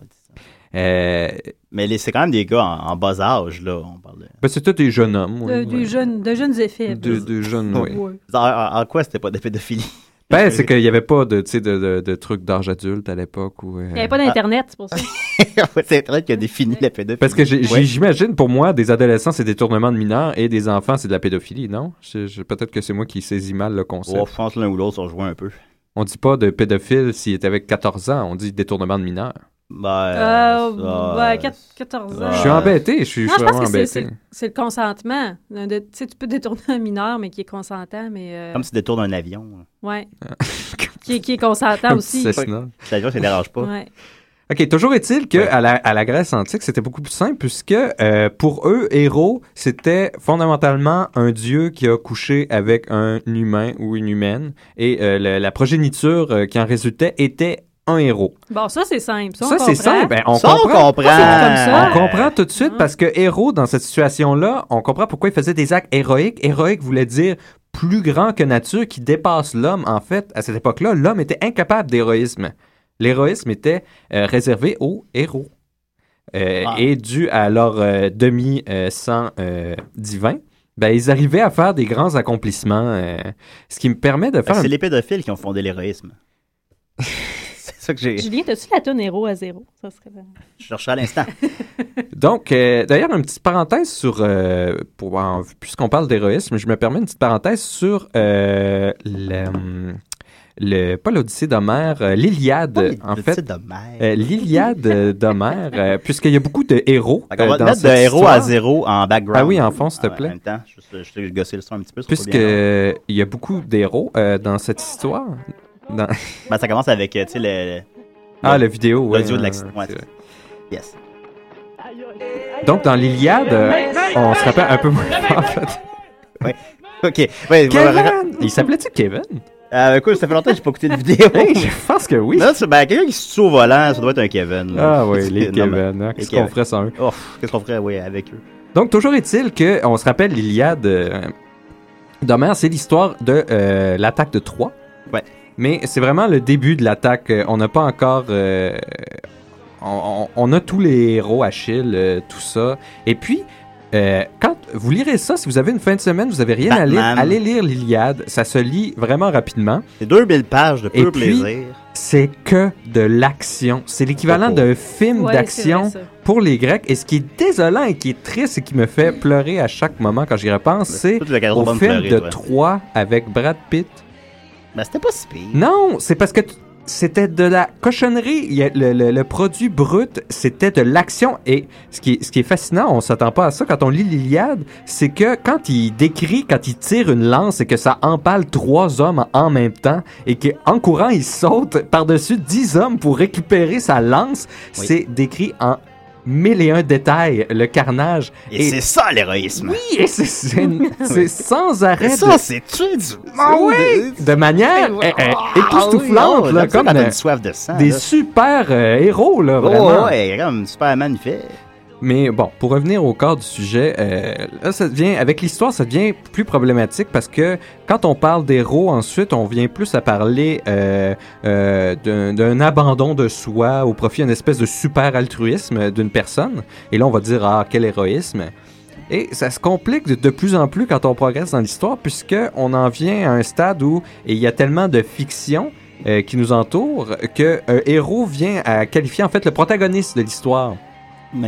S3: Euh,
S8: Mais les- c'est quand même des gars en, en bas âge, là. On parle de...
S3: Ben, c'était des jeunes hommes. oui.
S10: De, du jeune- de Euh, jeunes effets.
S3: De- de jeunes, oui.
S10: Ouais.
S8: En, en- en quoi c'était pas de la pédophilie?
S3: Ben, c'est qu'il n'y avait pas de, tu sais, de, de, de trucs d'âge adulte à l'époque. où, euh,
S10: Il n'y avait pas d'Internet, c'est pour ça.
S8: Ouais, c'est Internet qui a défini la pédophilie.
S3: Parce que j'ai- j'ai-
S8: Ouais.
S3: j'imagine, pour moi, des adolescents, c'est des tournements de mineurs et des enfants, c'est de la pédophilie, non? Je- je- Peut-être que c'est moi qui saisis mal le concept.
S8: Ouais, je pense que l'un ou l'autre se rejoint un peu.
S3: On dit pas de pédophile s'il était avec 14 ans, on dit détournement de mineurs.
S8: Ben,
S10: Euh,
S8: ça-
S10: ouais, quat- 14 ans.
S3: Ah, Je
S8: Ah.
S3: suis embêté, je suis
S10: Non,
S3: je suis
S10: pense
S3: vraiment
S10: que c'est-
S3: embêté.
S10: c'est- C'est le consentement. De- tu sais, tu peux détourner un mineur, mais qui est consentant, mais... euh,
S8: Comme si tu détournes un avion.
S10: Ouais. qui, est- qui est consentant
S3: Ah. Comme
S10: aussi.
S3: si c'est sinon.
S8: L'avion, ça dérange pas.
S10: Ouais.
S3: OK, toujours est-il que à, la, à la Grèce antique, c'était beaucoup plus simple puisque euh, pour eux, héros, c'était fondamentalement un dieu qui a couché avec un humain ou une humaine et euh, le- la progéniture euh, qui en résultait était un héros.
S10: Bon, ça, c'est simple. Ça,
S3: Ça,
S10: on
S3: c'est
S10: comprend.
S3: simple. Ben, on
S8: Ça, on
S3: comprend.
S8: comprend. Pourquoi c'est comme ça?
S3: On comprend tout de suite parce que héros, dans cette situation-là, on comprend pourquoi il faisait des actes héroïques. Héroïque voulait dire plus grand que nature, qui dépasse l'homme. En fait, à cette époque-là, l'homme était incapable d'héroïsme. L'héroïsme était euh, réservé aux héros Euh, et dû à leur euh, demi-sang divin. Ben, ils arrivaient à faire des grands accomplissements, euh, ce qui me permet de
S8: Fait que
S3: faire...
S8: C'est
S3: un-
S8: les pédophiles qui ont fondé l'héroïsme. c'est ça que
S3: ben.
S8: j'ai.
S10: Julien, t'as-tu la tonne héros à zéro? Ça serait...
S8: Je cherchais à l'instant.
S3: Donc, euh, d'ailleurs, une petite parenthèse sur, euh, pour, en- puisqu'on parle d'héroïsme, je me permets une petite parenthèse sur euh, le, hum, le- pas l'Odyssée d'Homère, euh, l'Iliade, en fait. Euh, L'Iliade euh, d'Homère, euh, puisqu'il y a beaucoup de héros.
S8: Fait qu'on va
S3: euh, dans
S8: mettre de
S3: cette
S8: héros à
S3: histoire.
S8: zéro en background.
S3: Ah oui, en fond, s'il te
S8: Ah, En
S3: plaît.
S8: même temps, je je- je vais gosser le son un petit peu. c'est pas
S3: Puisque
S8: bien long.
S3: euh, il y a beaucoup d'héros euh, dans cette histoire. Dans-
S8: Ben, ça commence avec, euh, tu sais, le.
S3: Ah, la vidéo, ouais,
S8: L'audio de
S3: ouais,
S8: l'accident.
S3: ouais,
S8: ouais,
S3: c'est
S8: c'est ça. Yes.
S3: Donc, dans l'Iliade, euh, on se rappelle un peu moins, en fait.
S8: Ouais. Ok. Ouais,
S3: Kevin! Il s'appelait-tu Kevin?
S8: Euh, écoute, ça fait longtemps que j'ai pas écouté de vidéo.
S3: Hey, je pense que oui.
S8: Non, c'est- ben, quelqu'un qui se tue au volant, ça doit être un Kevin. là.
S3: Ah oui, les
S8: Non, mais-
S3: Kevin. hein.
S8: les
S3: Qu'est-ce qu'on
S8: Kevin.
S3: ferait sans eux?
S8: Ouf, Qu'est-ce qu'on ferait, oui, avec eux?
S3: Donc, toujours est-il que on se rappelle l'Iliade euh, d'Homère, c'est l'histoire de euh, l'attaque de Troie.
S8: Ouais.
S3: Mais c'est vraiment le début de l'attaque. Euh, On n'a pas encore. euh, on, on- on a tous les héros, Achille, euh, tout ça. Et puis. euh, quand vous lirez ça, si vous avez une fin de semaine, vous avez rien à lire,
S8: Batman.
S3: allez lire l'Iliade. Ça se lit vraiment rapidement.
S8: C'est 2000 pages de
S3: Et
S8: pur
S3: puis,
S8: plaisir.
S3: c'est que de l'action. C'est l'équivalent d'un film
S8: Ouais,
S3: d'action
S8: c'est vrai,
S3: pour les Grecs. Et ce qui est désolant et qui est triste et qui me fait pleurer à chaque moment quand j'y repense, c'est
S8: tu l'as gardé
S3: au
S8: bonne
S3: film
S8: pleurer,
S3: de
S8: toi.
S3: 3 avec Brad Pitt.
S8: Ben, c'était pas si pire.
S3: Non, c'est parce que t- c'était de la cochonnerie. Il y a le, le- le produit brut, c'était de l'action. Et ce qui, est- ce qui est fascinant, on s'attend pas à ça quand on lit l'Iliade, c'est que quand il décrit, quand il tire une lance et que ça empale trois hommes en- en même temps et qu'en courant, il saute par-dessus dix hommes pour récupérer sa lance,
S8: Oui.
S3: c'est décrit en mille et un détails, le carnage.
S8: Et, c'est ça l'héroïsme.
S3: Oui, et c'est- c'est c'est sans arrêt.
S8: Ça,
S3: de-
S8: c'est tu du
S3: Ah oui! De manière euh, euh, époustouflante,
S8: Ah Ben oui,
S3: là,
S8: j'aime ça
S3: comme
S8: quand t'as
S3: euh,
S8: une soif de sang,
S3: des
S8: là.
S3: super euh, héros, là,
S8: Oh,
S3: vraiment.
S8: ouais, comme Superman fait.
S3: Mais bon, pour revenir au corps du sujet, euh, là, ça devient, avec l'histoire, ça devient plus problématique parce que quand on parle d'héros, ensuite, on vient plus à parler euh, euh, d'un- d'un abandon de soi au profit d'une espèce de super altruisme d'une personne. Et là, on va dire, ah, quel héroïsme. Et ça se complique de, de plus en plus quand on progresse dans l'histoire, puisque on en vient à un stade où il y a tellement de fiction euh, qui nous entoure que un héros vient à qualifier en fait le protagoniste de l'histoire.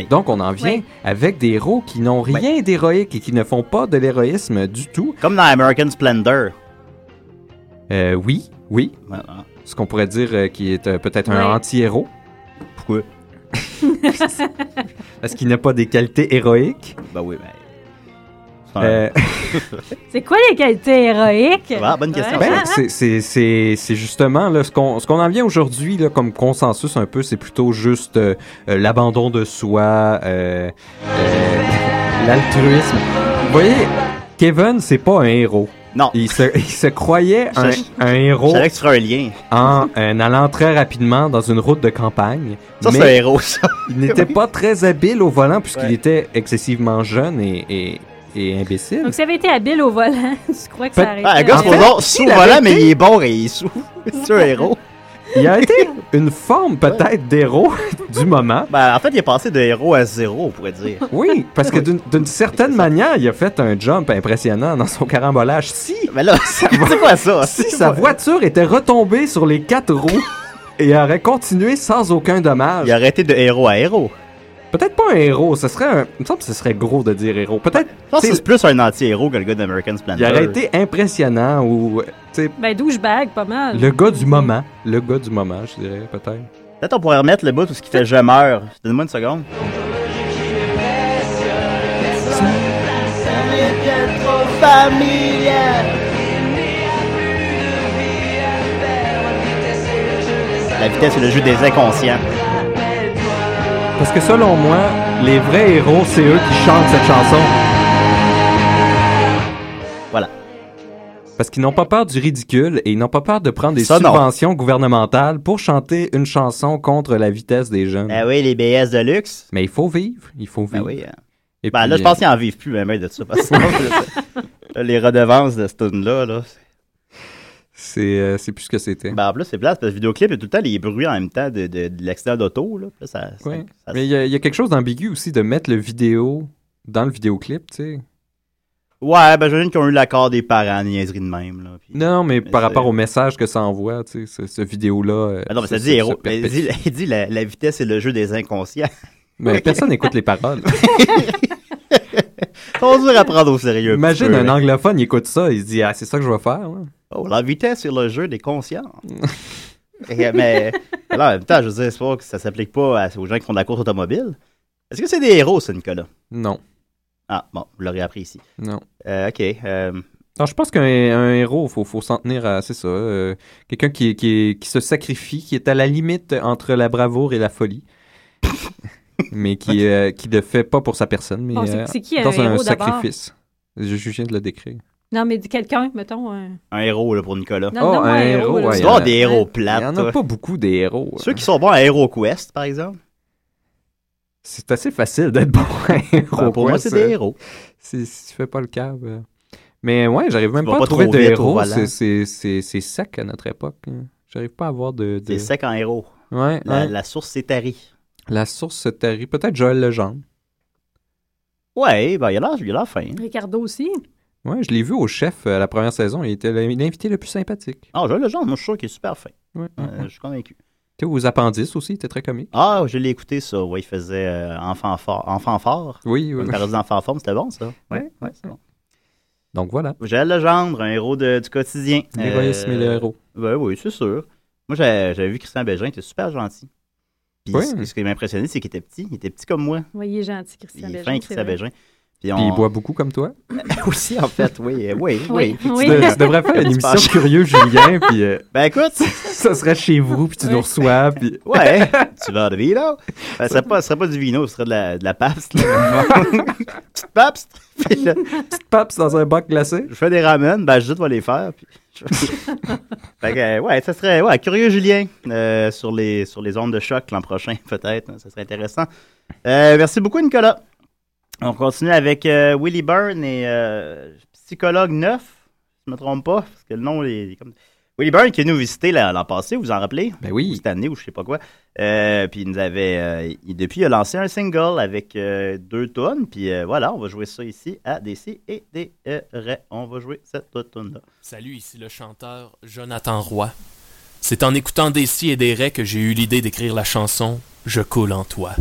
S3: Donc on en vient
S8: Oui.
S3: avec des héros qui n'ont rien d'héroïque et qui ne font pas de l'héroïsme du tout.
S8: Comme dans American Splendor.
S3: Euh, oui, oui. Ce qu'on pourrait dire euh, qui est euh, peut-être un
S8: Ouais.
S3: anti-héros.
S8: Pourquoi
S3: Parce qu'il n'a pas des qualités héroïques.
S8: Bah oui, mais.
S3: Euh,
S10: C'est quoi les qualités héroïques?
S3: Ben,
S10: Ouais.
S3: c'est- c'est- c'est c'est justement là, ce qu'on ce qu'on en vient aujourd'hui là, comme consensus un peu, c'est plutôt juste euh, euh, l'abandon de soi, euh, euh, l'altruisme. Vous voyez, Kevin, c'est pas un héros.
S8: Non.
S3: Il se, il se croyait un,
S8: Je-
S3: un héros.
S8: Je savais que tu ferais un lien.
S3: En, en allant très rapidement dans une route de campagne.
S8: Ça, c'est
S3: mais
S8: un héros, ça.
S3: Il n'était
S8: Oui.
S3: pas très habile au volant puisqu'il
S8: Ouais.
S3: était excessivement jeune et, et, et imbécile.
S10: Donc, si avait été habile au volant, tu crois que
S3: Peut-
S10: ça aurait
S3: Ah,
S10: été-
S3: un gars,
S10: Ben, En
S3: faut
S10: fait,
S3: donc-
S8: Sous
S3: Il avait
S8: voilà, mais
S3: été-
S8: il est bon et il est sous. C'est un héros.
S3: Il a été une forme peut-être d'héros du moment.
S8: Ben, en fait, il est passé de héros à zéro, on pourrait dire.
S3: Oui, parce que d'une d'une certaine manière, il a fait un jump impressionnant dans son carambolage. Si,
S8: mais là, Ah, c'est quoi ça?
S3: si sa voiture était retombée sur les quatre roues et aurait continué sans aucun dommage. Il
S8: aurait été de héros à héros.
S3: Peut-être pas un héros, ce serait un... Il me semble que ce serait gros de dire héros. Peut-être...
S8: Je pense que
S3: tu sais,
S8: c'est plus un anti-héros que le gars d'American Splendor.
S3: Il aurait été impressionnant ou... tu sais,
S10: Ben, douchebag, pas mal.
S3: Le gars du moment. Le gars du moment, je dirais, peut-être.
S8: Peut-être on pourrait remettre le bout parce qu'il fait je meurs. Donne-moi une seconde. La vitesse est le jeu des inconscients.
S3: Parce que selon moi, les vrais héros, c'est eux qui chantent cette chanson.
S8: Voilà.
S3: Parce qu'ils n'ont pas peur du ridicule et ils n'ont pas peur de prendre des
S8: Ça, non.
S3: subventions gouvernementales pour chanter une chanson contre la vitesse des jeunes.
S8: Ah oui, les BS de luxe.
S3: Mais il faut vivre, il faut vivre.
S8: oui, hein.
S3: Et
S8: ben
S3: puis,
S8: là, je pense qu'ils
S3: euh,
S8: en vivent plus, même de ça. Parce que là, les redevances de ce tune-là, là.
S3: C'est euh, c'est plus ce que c'était.
S8: Ben en plus, c'est place parce que le vidéoclip, il y a tout le temps les bruits en même temps de, de, de l'accident d'auto, là. Puis là, ça, ça-
S3: Ouais. Mais il y, a- il y a quelque chose d'ambigu aussi de mettre le vidéo dans le vidéoclip, tu sais.
S8: Ouais, ben j'imagine qu'ils ont eu l'accord des parents, niaiserie de même, là. Puis-
S3: Non, mais, par
S8: c'est-
S3: rapport au message que ça envoie, tu sais, ce, ce vidéo-là. euh,
S8: Ah non, mais ça
S3: se-
S8: dit
S3: se-
S8: héros.
S3: se
S8: mais Il
S3: perpétue.
S8: dit, il dit la, la vitesse est le jeu des inconscients.
S3: Mais personne n'écoute les paroles.
S8: On dur à prendre au sérieux.
S3: Imagine
S8: peu,
S3: un
S8: hein.
S3: anglophone, il écoute ça, il se dit Ah, c'est ça que je vais faire. là.
S8: Oh, la vitesse est le jeu des conscients. Et, mais alors, en même temps, je veux dire, c'est pas que ça s'applique pas à- aux gens qui font de la course automobile. Est-ce que c'est des héros, ça, Nicolas?
S3: Non.
S8: Ah, bon, vous l'aurez appris ici.
S3: Non.
S8: Euh, ok. euh,
S3: Non, je pense qu'un un héros, faut, faut s'en tenir à. C'est ça. euh, Quelqu'un qui, qui, qui se sacrifie, qui est à la limite entre la bravoure et la folie. mais qui, euh, qui ne fait pas pour sa personne, mais
S10: Bon, c'est-
S3: euh,
S10: c'est qui un
S3: dans un
S10: héros d'abord?
S3: sacrifice. Je, je viens de le décrire.
S10: Non, mais dis quelqu'un, mettons. un-
S8: un héros, là, pour Nicolas.
S10: Non, Oh, non, un un héros, héros, là.
S3: ouais,
S8: Tu
S3: il y
S8: dois
S3: en
S8: avoir
S3: a-
S8: des
S3: Il
S8: héros
S3: y
S8: plates.
S3: en
S8: toi.
S3: a pas beaucoup des héros. euh,
S8: Ceux qui sont bons à Hero Quest, par exemple.
S3: C'est assez facile d'être bon à un héros.
S8: Ben, pour
S3: quoi,
S8: moi, c'est
S3: ça.
S8: des héros.
S3: Si, si tu fais pas le cave. euh. Mais ouais, j'arrive même
S8: Tu
S3: pas
S8: vas
S3: à
S8: pas
S3: trouver
S8: trop
S3: de
S8: vite au
S3: héros.
S8: volant.
S3: C'est- C'est c'est- c'est sec à notre époque. hein. J'arrive pas à avoir de. de-
S8: C'est sec en héros.
S3: Ouais,
S8: La,
S3: ouais.
S8: la source, c'est Tari.
S3: La source se tarit. Peut-être Joël Legendre.
S8: Ouais, ben, il a l'air- il a l'air fin.
S10: Ricardo aussi.
S3: Ouais, je l'ai vu au chef euh, la première saison. Il était le- l'invité le plus sympathique.
S8: Ah, Joël Legendre, moi, je suis sûr qu'il est super fin.
S3: Ouais,
S8: Euh,
S3: ouais, ouais.
S8: Je suis convaincu.
S3: Tu sais, aux appendices aussi, il était très comique.
S8: Ah, je l'ai écouté, ça. Ouais, il faisait euh, Enfant fort. Enfant fort.
S3: Oui, oui.
S8: Une parodie d'Enfant fort, mais c'était bon, ça. Ouais, ouais, c'est bon.
S3: Donc voilà.
S8: Joël Legendre, un héros de- du quotidien.
S3: L'héroïsme et le héros.
S8: Ben oui, c'est sûr. Moi, j'avais j'avais vu Christian Bégin, il était super gentil. Puis
S3: Oui.
S8: ce, ce qui m'a impressionné, c'est qu'il était petit. Il était petit comme moi.
S10: Oui, il est gentil, Christian
S8: Il est
S10: Bégin.
S8: fin,
S10: c'est
S8: Christian
S10: vrai.
S8: Bégin.
S3: Puis, il boit beaucoup comme toi?
S8: aussi, en fait, oui, euh, oui, oui.
S10: Oui,
S8: Tu
S10: oui.
S8: devrais-
S3: Tu devrais faire une
S8: Tu
S3: émission
S8: penses-
S3: Curieux Julien, puis euh,
S8: Ben écoute,
S3: ça serait chez vous, puis tu nous reçois, puis...
S8: ouais, tu vends de vino. Ben, ce serait pas, ce serait pas du vino, ce serait de la, de la papste. là. Petite papste. Petite
S3: papste dans un bac glacé.
S8: Je fais des ramen, ben je vais les faire. Puis... fait que, euh, ouais, ça serait, ouais, curieux Julien, euh, sur, les, sur les ondes de choc l'an prochain, peut-être, hein, ça serait intéressant. Euh, merci beaucoup, Nicolas. On continue avec euh, Willie Byrne et euh, Psychologue 9, si je ne me trompe pas, parce que le nom est comme. Willie Byrne qui est venu nous visiter l'an l'an passé, vous vous en rappelez?
S3: Ben oui.
S8: Cette année ou je sais pas quoi. Euh, puis il nous avait. euh, il- depuis, il a lancé un single avec euh, deux tonnes. Puis euh, voilà, on va jouer ça ici à DC et des Ré. On va jouer cette tonne-là.
S15: Salut, ici le chanteur Jonathan Roy. C'est en écoutant des si et des raies que j'ai eu l'idée d'écrire la chanson Je coule en toi.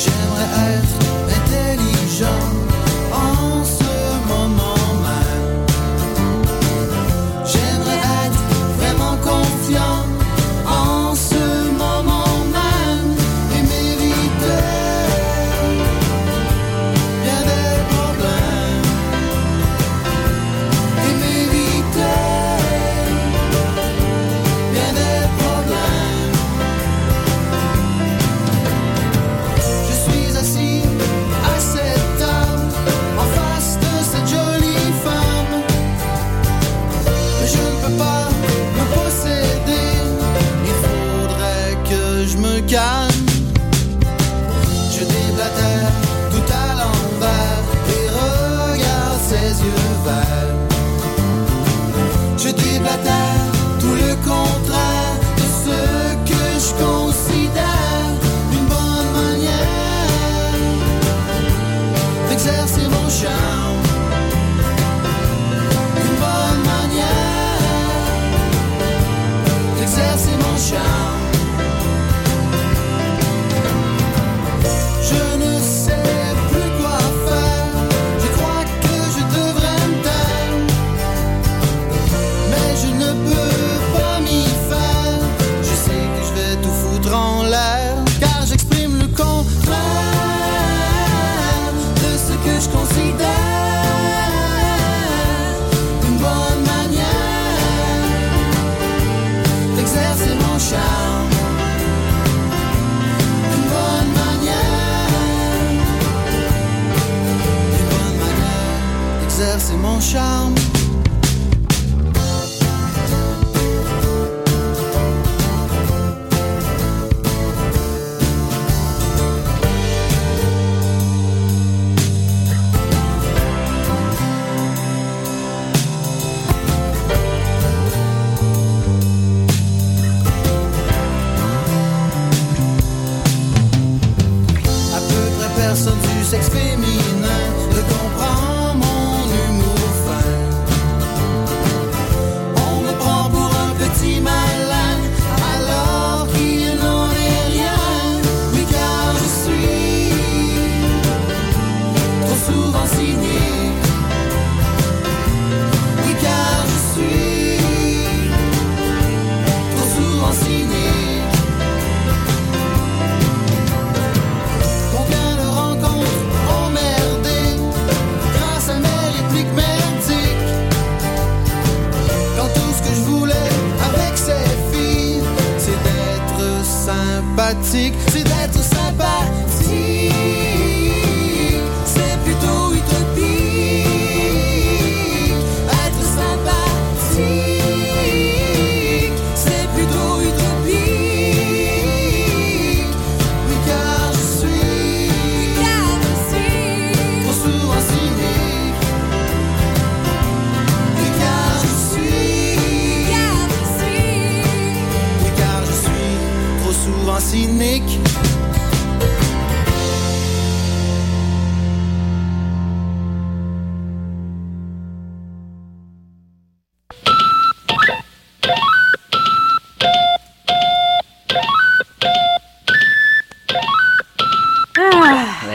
S9: J'aimerais être intelligent en ce moment même. J'aimerais être vraiment confiant en ce moment même et m'éviter bien des problèmes. Et m'éviter bien des problèmes. Je suis assis à cette table en face de cette jolie femme. Mais je ne peux pas me posséder. Il faudrait que je me calme. Je déblatère tout à l'envers et regarde ses yeux verts. Je déblatère tout le contraire de ce que je considère une bonne manière d'exercer mon charme. Une bonne manière d'exercer mon charme. Je ne sais plus quoi faire, je crois que je devrais me taire. Mais je ne peux pas m'y faire. Je sais que je vais tout foutre en l'air. Car j'exprime le contraire de ce que je considère. Une bonne manière d'exercer mon charme. Une bonne manière. Une bonne manière d'exercer mon charme. À peu près personne du sexe féminin ne comprend mon humour fin. On me prend pour un petit malin alors qu'il n'en est rien. Oui, car je suis trop souvent cynique. Oui, car je suis trop souvent cynique. Combien de rencontres emmerdées grâce à mes répliques merdiques Quand tout ce que je voulais avec ces filles C'est d'être sympathique, c'est d'être sympathique C'est plutôt utopique Être sympathique, c'est plutôt utopique oui, car je suis, car je suis trop souvent cynique. Oui, car je suis, car je suis, oui, car je suis trop souvent cynique.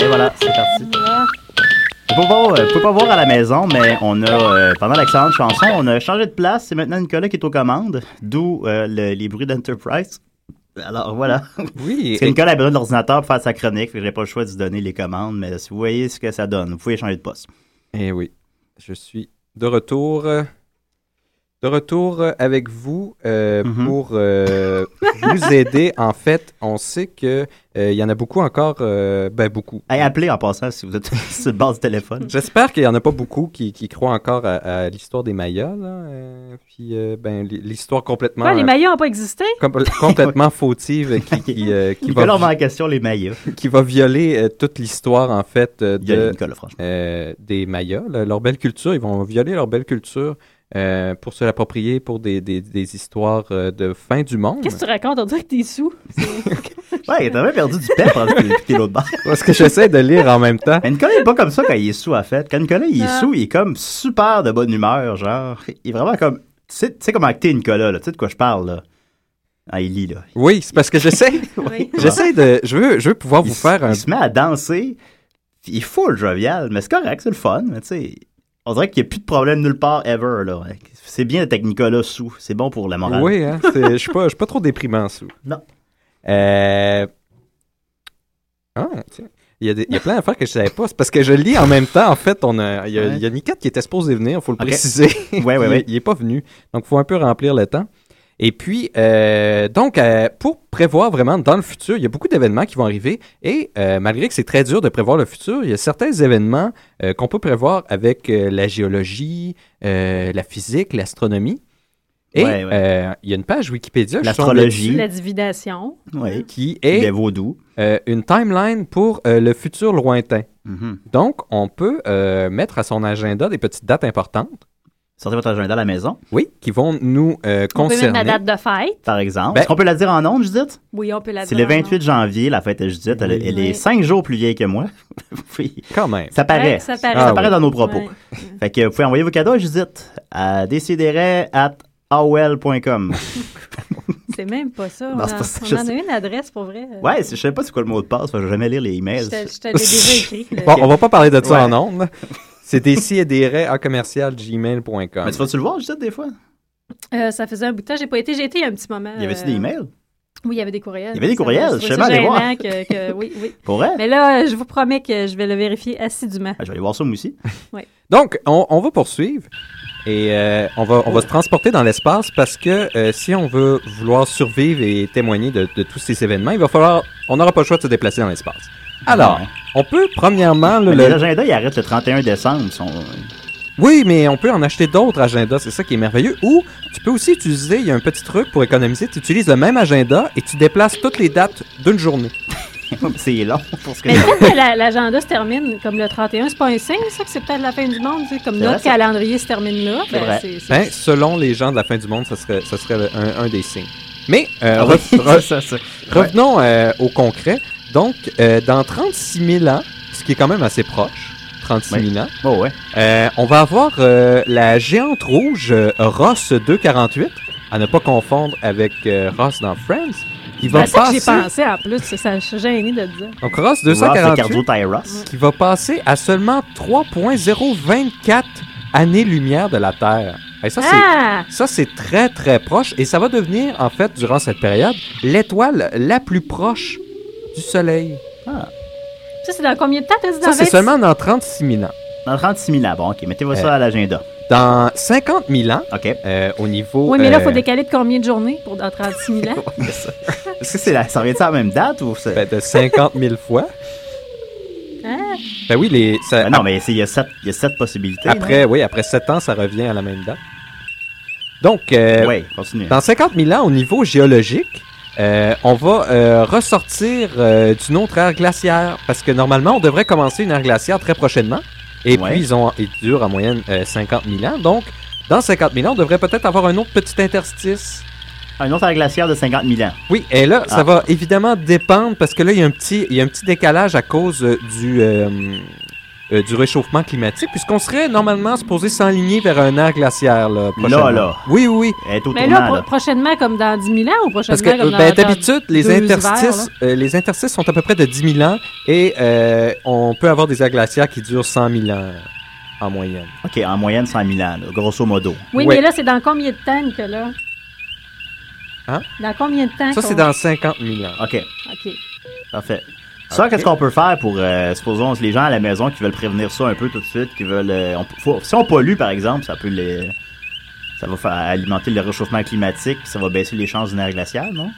S8: voilà, c'est parti. Vous pouvez, pas voir, vous pouvez pas voir à la maison, mais on a, euh, pendant l'excellente chanson, on a changé de place. C'est maintenant Nicolas qui est aux commandes, d'où euh, le- les bruits d'Enterprise. Alors voilà.
S3: Oui.
S8: Parce que Nicolas a besoin de l'ordinateur pour faire sa chronique. Je n'ai pas le choix de lui donner les commandes, mais si vous voyez ce que ça donne, vous pouvez changer de poste.
S3: Eh oui. Je suis de retour. euh, De retour euh, avec vous euh, pour euh, vous aider. En fait, on sait que euh, il y en a beaucoup encore, euh, ben beaucoup.
S8: appelez en passant si vous êtes sur le bord du téléphone.
S3: J'espère qu'il y en a pas beaucoup qui, qui croient encore à, à l'histoire des Mayas, là, euh, puis euh, ben, l- l'histoire complètement euh,
S10: les maillots n'ont pas existé?
S3: com- complètement fautive qui, qui, euh, qui va
S8: Nicolas remet en question les maillots.
S3: qui va violer euh, toute l'histoire, en fait, euh,
S8: Violer
S3: de,
S8: Nicolas,
S3: euh, des Mayas, là, leur belle culture. Ils vont violer leur belle culture euh, pour se l'approprier pour des, des- des histoires euh, de fin du monde.
S10: Qu'est-ce que tu racontes? On dirait que t'es sous.
S8: Ouais, t'as même perdu du temps pendant que t'écoutais l'autre bord.
S3: Parce que j'essaie de lire en même temps.
S8: Mais Nicolas est pas comme ça quand il est sous, en fait. Quand Nicolas il est
S10: Ah.
S8: sous, il est comme super de bonne humeur, genre. Il est vraiment comme. Tu sais, tu sais comment acter Nicolas, là. Tu sais de quoi je parle, là. Ah, il lit, là.
S3: Oui, c'est parce que j'essaie. J'essaie de. Je veux, je veux pouvoir vous faire un.
S8: Il se met à danser. puis Il est full jovial, mais c'est correct, c'est le fun. Mais tu sais, on dirait qu'il n'y a plus de problème nulle part ever, là. C'est bien d'être avec Nicolas sous. C'est bon pour la morale.
S3: Oui, hein, c'est- je suis pas, je suis pas trop déprimant sous.
S8: Non.
S3: Euh... Ah, tiens. Il y, a des- il y a plein d'affaires que je savais pas. C'est parce que je lis en même temps. En fait, on a, il, y a,
S8: Ouais.
S3: il y a Nicotte qui était supposé venir, faut le
S8: Ok.
S3: préciser.
S8: Ouais, ouais,
S3: Il-
S8: ouais.
S3: Il n'est pas venu. Donc, faut un peu remplir le temps. Et puis, euh, donc, euh, pour prévoir vraiment dans le futur, il y a beaucoup d'événements qui vont arriver. Et euh, malgré que c'est très dur de prévoir le futur, il y a certains événements euh, qu'on peut prévoir avec euh, la géologie, euh, la physique, l'astronomie. Et
S8: Ouais, ouais.
S3: euh, il y a une page Wikipédia. je suis tombé
S8: L'astrologie.
S10: La dividation.
S8: Oui.
S3: qui est
S8: Les vaudous.
S3: euh, une timeline pour euh, le futur lointain.
S8: Mhm.
S3: Donc, on peut euh, mettre à son agenda des petites dates importantes.
S8: Sortez votre agenda à la maison.
S3: Oui, qui vont nous euh,
S10: On peut mettre
S3: concerner.
S10: la date de fête.
S8: Par exemple.
S3: Ben-
S8: Est-ce qu'on peut la dire en ondes, Judith?
S10: Oui, on peut la
S8: C'est le
S10: dire en
S8: 28 janvier, la fête à Judith. Elle, elle est 5 jours plus vieille que moi. Oui.
S3: Quand même.
S8: Ça paraît.
S10: Ouais, ça paraît.
S3: Ah oui.
S8: dans nos propos.
S10: Ouais.
S8: Fait que vous pouvez envoyer vos cadeaux à Judith à decideray@aol.com.
S10: C'est même pas ça. On,
S8: Non,
S10: en-
S8: c'est pas ça,
S10: on
S8: je
S10: en a
S8: sais.
S10: une adresse pour vrai.
S8: Ouais, c'est- je sais pas c'est quoi le mot de passe, fait que je vais jamais lire les emails.
S10: Je te- je te l'ai déjà écrit, là.
S3: Bon, on va pas parler de ça
S8: Ouais.
S3: en ondes. C'est des si et des raies à commercial gmail.com.
S8: Mais tu vas-tu le voir, Judith, des fois?
S10: Euh, ça faisait un bout de temps. J'ai pas été. J'ai été il y a un petit moment.
S8: Il y avait-tu
S10: euh,
S8: des emails?
S10: Oui, il y avait des courriels.
S8: Il y avait des
S10: Ça,
S8: courriels,
S10: je
S8: je
S10: trouvais
S8: sais pas,
S10: ça
S8: allez voir.
S10: gênant que- que- oui, oui.
S8: Pour vrai?
S10: Mais là, euh, je vous promets que je vais le vérifier assidûment.
S8: Ben, je vais aller voir ça, moi aussi.
S10: Ouais.
S3: Donc, on, on va poursuivre et euh, on, va, on va se transporter dans l'espace parce que euh, si on veut vouloir survivre et témoigner de, de tous ces événements, il va falloir, on n'aura pas le choix de se déplacer dans l'espace. Alors,
S8: Ouais.
S3: on peut premièrement... le- le-
S8: Mais L'agenda, il arrête le 31 décembre. Son...
S3: Oui, mais on peut en acheter d'autres agendas, c'est ça qui est merveilleux. Ou tu peux aussi utiliser, il y a un petit truc pour économiser, tu utilises le même agenda et tu déplaces toutes les dates d'une journée.
S8: c'est long pour ce que
S10: Mais peut-être que la- l'agenda se termine comme le 31. C'est pas un signe, ça, que c'est peut-être la fin du monde. tu sais, Comme
S3: C'est
S10: notre
S3: vrai, ça.
S10: calendrier se termine là.
S3: C'est
S10: ben,
S3: vrai.
S10: c'est- c'est-
S3: Hein, selon les gens de la fin du monde, ce serait, ça serait le- un, un des signes. Mais euh,
S8: Ah oui,
S3: re- re-
S8: c'est ça, ça. Ouais.
S3: revenons euh, au concret. Donc, euh, dans 36 000 ans, ce qui est quand même assez proche, 36 000 ans,
S8: Oh,
S3: euh, on va avoir euh, la géante rouge euh, Ross 248, à ne pas confondre avec euh, Ross dans Friends, qui va
S10: Ben, c'est ça que
S3: passer...
S10: J'ai pensé en plus. Ça, ça- je suis gênée de le dire.
S3: Donc, Ross
S8: Ross de Cardio
S3: 248,
S8: Tyros.
S3: qui va passer à seulement 3.024 années-lumière de la Terre. Et ça, c'est
S10: Ah!
S3: ça, c'est très, très proche. Et ça va devenir, en fait, durant cette période, l'étoile la plus proche du Soleil.
S10: Ça, c'est dans combien de temps, t'as dit?
S3: Ça,
S10: dans
S3: c'est
S10: 20
S3: seulement dans 36 000 ans.
S8: Dans 36 000 ans, bon, OK, mettez-vous
S3: Euh,
S8: ça à l'agenda.
S3: Dans 50 000 ans, euh, au niveau...
S10: Oui, mais là, il
S3: euh,
S10: faut décaler de combien de journées pour dans 36 000 ans?
S8: Est-ce que c'est la... ça revient à la même date ou c'est...
S3: ben, de 50 000 fois.
S10: Hein?
S3: Ben oui, les... ça-
S8: Ah non, mais c'est- il y, a sept- il y a sept possibilités.
S3: Après, oui, après 7 ans, ça revient à la même date. Donc, euh,
S8: Oui, continue.
S3: dans 50 000 ans, au niveau géologique, euh, on va euh, ressortir euh, d'une autre ère glaciaire parce que normalement, on devrait commencer une ère glaciaire très prochainement. Et
S8: Ouais.
S3: puis, ils, ont, ils durent en moyenne euh, 50 000 ans. Donc, dans 50 000 ans, on devrait peut-être avoir un autre petit interstice.
S8: Un autre air glaciaire de 50 000 ans.
S3: Oui, et là,
S8: Ah.
S3: ça va évidemment dépendre parce que là, il y a un petit, il y a un petit décalage à cause euh, du, euh, euh, du réchauffement climatique, puisqu'on serait normalement supposé s'enligner vers un air glaciaire. Là, prochainement.
S8: Là, là.
S3: Oui, oui, oui.
S10: Mais là, pro- prochainement, comme dans 10 000 ans ou prochainement
S3: Parce que
S10: comme
S3: euh,
S10: dans
S3: ben,
S10: dans
S3: d'habitude, les,
S10: deux
S3: interstices,
S10: hivers, là?
S3: euh, les interstices sont à peu près de 10 000 ans et euh, on peut avoir des aires glaciaires qui durent 100 000 ans euh, en moyenne.
S8: OK, en moyenne 100 000 ans, grosso modo.
S10: Oui,
S3: Ouais.
S10: mais là, c'est dans combien de temps que là?
S3: Hein?
S10: Dans combien de temps?
S8: Ça,
S10: qu'on-
S8: c'est dans-
S3: 50 000 ans.
S8: OK,
S10: OK.
S8: parfait. Ça, qu'est-ce qu'on peut faire pour, euh, supposons, les gens à la maison qui veulent prévenir ça un peu tout de suite, qui veulent... euh, on- faut- si on pollue, par exemple, ça peut les... Ça va faire alimenter le réchauffement climatique, puis ça va baisser les chances d'une aire glaciaire, non?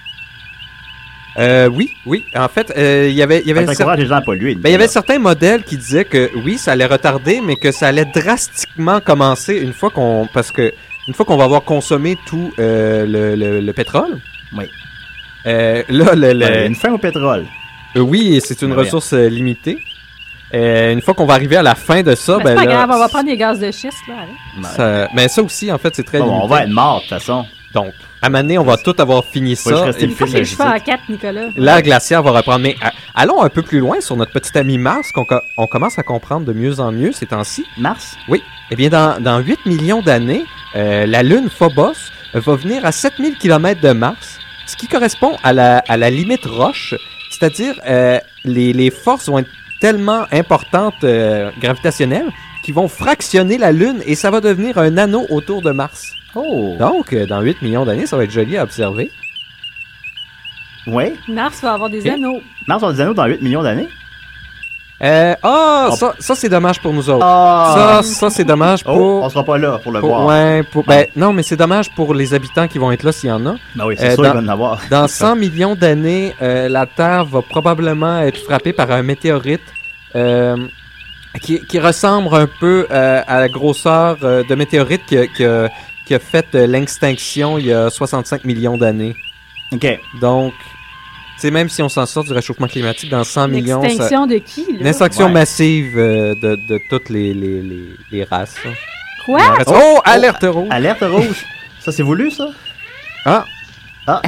S3: Euh, oui, oui. En fait, euh, il y avait, il y avait
S8: Ça
S3: cer-
S8: encourage les gens à polluer.
S3: Ben, il y avait certains modèles qui disaient que oui, ça allait retarder, mais que ça allait drastiquement commencer une fois qu'on, parce que une fois qu'on va avoir consommé tout euh, le, le- le pétrole. Euh,
S8: Oui.
S3: là, le- le-
S8: Ouais, une fin au pétrole.
S3: Euh, oui, c'est une
S8: Ouais.
S3: ressource euh, limitée. Euh, une fois qu'on va arriver à la fin de ça,
S10: Ben,
S3: ben
S10: c'est pas
S3: là,
S10: grave, on va prendre des gaz de schiste, là. allez.
S3: ça- mais ça aussi, en fait, c'est très
S8: Bon,
S3: limité.
S8: on va être mort, de toute façon.
S3: Donc, à Mané, on va tout avoir fini
S8: je
S3: ça.
S8: reste une
S3: et
S8: fille,
S3: puis-
S10: Les cheveux en quatre, Nicolas.
S3: L'air glaciaire va reprendre. Mais à- allons un peu plus loin sur notre petit ami Mars, qu'on co- on commence à comprendre de mieux en mieux ces temps-ci.
S8: Mars?
S3: Oui. Eh bien, dans, dans 8 millions d'années, euh, la Lune Phobos va venir à 7000 km de Mars, ce qui correspond à la, à la limite roche, c'est-à-dire euh, les, les forces vont être tellement importantes euh, gravitationnelles qui vont fractionner la Lune et ça va devenir un anneau autour de Mars.
S8: Oh!
S3: Donc, euh, dans 8 millions d'années, ça va être joli à observer.
S8: Ouais.
S10: Mars va avoir des
S3: Eh?
S10: anneaux.
S8: Mars on des anneaux dans 8 millions d'années?
S3: Euh, ah, ça, ça c'est dommage pour nous autres.
S8: Ah. Oh,
S3: Ça, ça c'est dommage pour.
S8: On sera pas là pour le
S3: pour-
S8: voir. Ah.
S3: ouais, pour- ben, non, mais c'est dommage pour les habitants qui vont être là s'il y en a.
S8: Ben oui, c'est sûr,
S3: Euh, dans,
S8: ils vont en avoir.
S3: dans 100 millions d'années, euh, la Terre va probablement être frappée par un météorite euh, qui, qui ressemble un peu euh, à la grosseur euh, de météorite qui, a- qui a- qui a fait euh, l'extinction il y a 65 millions d'années.
S8: OK.
S3: Donc, tu sais, même si on s'en sort du réchauffement climatique dans 100 millions... ça-
S10: L'extinction de qui, là?
S3: Une extinction
S10: Ouais.
S3: massive euh, de, de toutes les, les, les, les races. là.
S10: Quoi?
S3: Il en reste- Oh, alerte rouge!
S8: Alerte rouge! ça, c'est voulu, ça?
S3: Ah!
S8: Ah!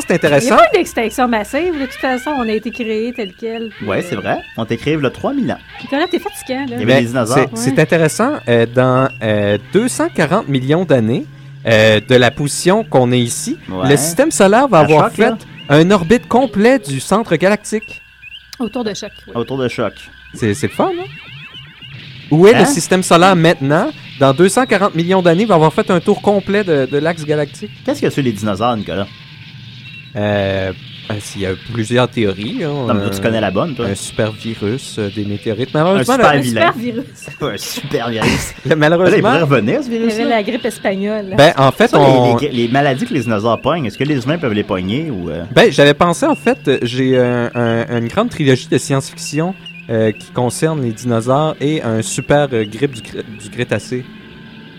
S10: Il
S3: c'est
S10: n'y a
S3: intéressant!
S10: pas d'extinction massive, de toute façon, on a été créés tel quel. puis,
S8: Ouais,
S10: euh,
S8: c'est vrai. On t'écrive le 3000 ans.
S10: Nicolas, t'es fatiguant, là.
S8: Il y avait
S3: Mais
S8: des Eh dinosaures.
S3: c'est- C'est
S10: Ouais.
S3: intéressant. euh, dans euh, 240 millions d'années, euh, de la position qu'on est ici,
S8: Ouais.
S3: le système solaire va
S8: Ça
S3: avoir
S8: choque,
S3: fait
S8: là.
S3: un orbite complet du centre galactique.
S10: Autour de choc. oui.
S8: Autour de choc.
S3: C'est c'est le fun, hein? Où est
S8: Hein?
S3: le système solaire maintenant? Dans 240 millions d'années, il va avoir fait un tour complet de, de l'axe galactique.
S8: Qu'est-ce que c'est les dinosaures, Nicolas?
S3: Euh, ben, s'il y a plusieurs théories. là,
S8: Non, mais toi, tu connais la bonne, toi.
S3: Un super virus, euh, des météorites.
S8: Un
S3: Malheureusement,
S8: super
S3: le-
S8: vilain.
S10: virus.
S8: Un super virus.
S3: le-
S8: Là, il pourrait
S3: malheureusement,
S8: revenir, ce
S10: Il y avait
S8: virus-là.
S10: la grippe espagnole.
S3: ben, en fait,
S8: Ça,
S3: on...
S8: les, les- les maladies que les dinosaures pognent, est-ce que les humains peuvent les pogner ou. euh,
S3: ben, j'avais pensé, en fait, euh, j'ai un- un- une grande trilogie de science-fiction euh, qui concerne les dinosaures et un super euh, grippe du, cré- du Crétacé.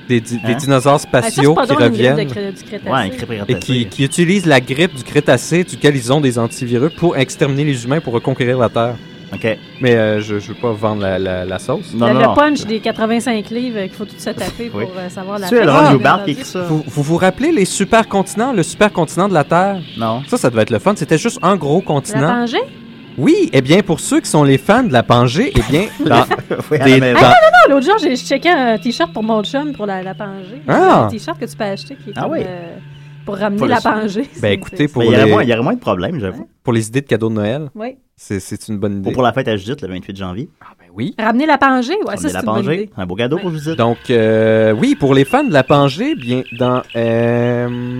S3: Des, di-
S8: Hein?
S3: des dinosaures
S10: Ah, ça, c'est
S3: spatiaux
S10: pas
S3: qui
S10: drôle, une grippe
S3: reviennent.
S10: de cré- du Crétacé.
S8: Ouais, un crépirateur.
S3: Et qui, qui utilisent la grippe du Crétacé, duquel ils ont des antivirus, pour exterminer les humains pour reconquérir la Terre.
S8: Ok.
S3: Mais euh, je, je veux pas vendre la, la- la sauce.
S8: Non, non,
S10: le
S8: non.
S10: punch des 85 livres qu'il faut tout se taper
S8: Oui.
S10: pour euh, savoir la
S8: C'est le
S10: fin.
S8: Ron
S10: Ah,
S8: Hubbard
S10: mais
S8: qui
S10: rendu-
S8: écrit ça.
S3: Vous, vous vous rappelez les supercontinents, le supercontinent de la Terre?
S8: Non.
S3: Ça, ça devait être le fun. C'était juste un gros
S10: La
S3: continent.
S10: Tangée?
S3: Oui, eh bien, pour ceux qui sont les fans de la Pangée, eh bien, dans-
S8: Oui, à la
S3: des-
S8: maison.
S3: dans-
S10: Ah, l'autre jour, j'ai checké un t-shirt pour mon chum pour la, la Pangée.
S3: Ah!
S10: Un t-shirt que tu peux acheter qui est
S8: Ah
S10: comme,
S8: oui.
S10: euh, pour ramener
S8: Pas le
S10: la
S8: seul.
S10: Pangée.
S3: ben, écoutez, pour
S8: Mais il, y aurait moins, il y
S3: les,
S8: aurait moins de problèmes, j'avoue.
S3: pour les idées de cadeaux de Noël,
S10: Oui.
S3: c'est- c'est une bonne
S8: Ou
S3: idée.
S8: pour la fête à Judith, le 28 janvier.
S3: Oui.
S10: Ramener la Pangée? Ouais,
S8: on
S10: Ah, ça,
S8: est
S10: c'est
S8: la
S10: une bonne idée.
S8: Pangée. Un beau cadeau pour Judith.
S3: Donc, euh, oui, pour les fans de la Pangée, eh bien, dans...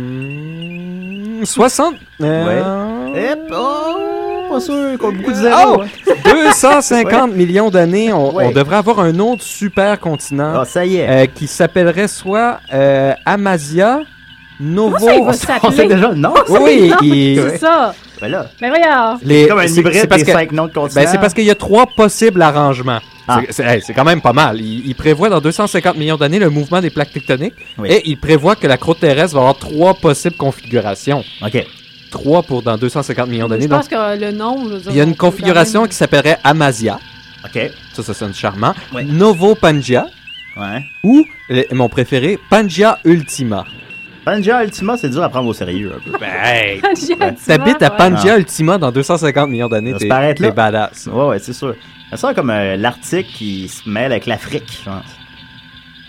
S3: euh, 60... euh,
S8: Hep, oh, pas sûr, contre beaucoup de
S3: Oh!
S8: zéro. hein.
S3: 250 millions d'années, on,
S8: Ouais.
S3: on devrait avoir un autre super continent
S8: Ah, ça y est.
S3: euh, qui s'appellerait soit euh, Amasia Novo.
S10: Comment ça, il va
S8: on sait
S10: s'appeler?
S8: déjà le nom.
S3: Oui, oui,
S10: Non,
S3: il-
S10: C'est ça.
S8: Voilà.
S10: Mais Ben, voyons.
S3: les-
S8: C'est comme un
S3: c'est-
S8: hybride
S3: c'est parce
S8: des
S3: que-
S8: cinq noms de continents.
S3: ben, c'est parce qu'il y a trois possibles arrangements.
S8: Ah.
S3: C'est- C'est hey, c'est quand même pas mal. Il, il prévoit dans 250 millions d'années le mouvement des plaques tectoniques
S8: Oui.
S3: et il prévoit que la croûte terrestre va avoir trois possibles configurations.
S8: OK.
S3: Trois pour dans 250 millions
S10: Je
S3: d'années. Donc,
S10: pense que euh, le nom. je veux dire,
S3: il y a
S10: on
S3: une
S10: peut quand
S3: configuration
S10: même-
S3: qui s'appellerait Amasia.
S8: OK. Ouais.
S3: Ça, ça sonne charmant.
S8: Ouais.
S3: Novo Pangia. ou le- mon préféré, Pangia Ultima.
S8: Pangea Ultima, c'est dur à prendre au sérieux un peu.
S3: Ben,
S10: J'ai un petit
S3: t'habites à
S10: moment, ouais.
S3: Pangia Ultima dans 250 millions d'années,
S8: Ah. Ça se
S3: t'es
S8: paraît être
S3: t'es
S8: là.
S3: badass.
S8: Ouais, ouais, c'est sûr. Ça sent comme euh, l'Arctique qui se mêle avec l'Afrique, je pense.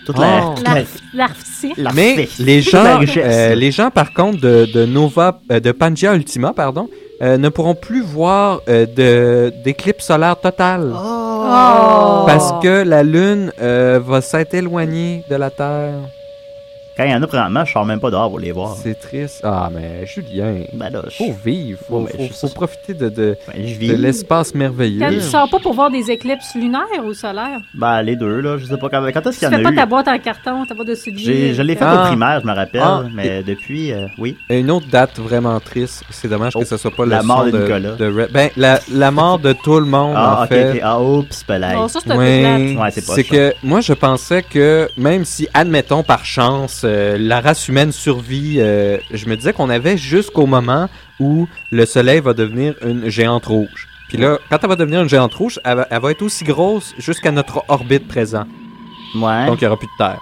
S8: Toute la.
S3: Oh.
S8: toute la-
S10: L'arf- l'arf-
S8: La
S3: Mais
S8: richesse.
S3: les
S8: La
S3: gens,
S8: richesse.
S3: euh, les gens par contre de, de Nova, euh, de Pangea Ultima, pardon, euh, ne pourront plus voir euh, de d'éclipse solaire totale
S10: Oh!
S3: parce que la Lune euh, va s'être éloignée de la Terre.
S8: Quand il y en a présentement, je sors même pas dehors pour les voir.
S3: C'est Oh. triste. Ah mais Julien,
S8: Ben là, je-
S3: faut vivre, faut,
S8: Ouais, mais
S3: faut-
S8: je-
S3: faut profiter de de,
S8: je
S3: de
S8: vis.
S3: l'espace
S10: Quand tu
S3: merveilleux.
S10: sors pas pour voir des éclipses lunaires ou solaires,
S8: Ben, les deux, là, je sais pas quand, quand est-ce
S10: tu
S8: qu'il y en
S10: fais pas
S8: a eu.
S10: ta boîte en carton, ta boîte de souliers.
S8: J'ai- Je l'ai fait
S3: Ah.
S8: au primaire, je me rappelle,
S3: Ah.
S8: mais depuis, euh, oui.
S3: Et Une autre date vraiment triste, c'est dommage que ce soit pas
S8: Oh, la
S3: le
S8: mort
S3: son
S8: de Nicolas.
S3: Red- Ben la, la mort de tout le monde
S8: Ah,
S3: en
S8: ok,
S3: fait.
S8: ok. Ah, oups, belay.
S10: Bon, ça, c'est un peu plate.
S3: Ouais,
S8: Ouais, c'est
S3: c'est
S8: poche, ça.
S3: que moi je pensais que même si admettons par chance euh, la race humaine survit, euh, je me disais qu'on avait jusqu'au moment où le soleil va devenir une géante rouge. Puis là, quand elle va devenir une géante rouge, elle va, elle va être aussi grosse jusqu'à notre orbite présent.
S8: Ouais.
S3: Donc il n'y aura plus de Terre.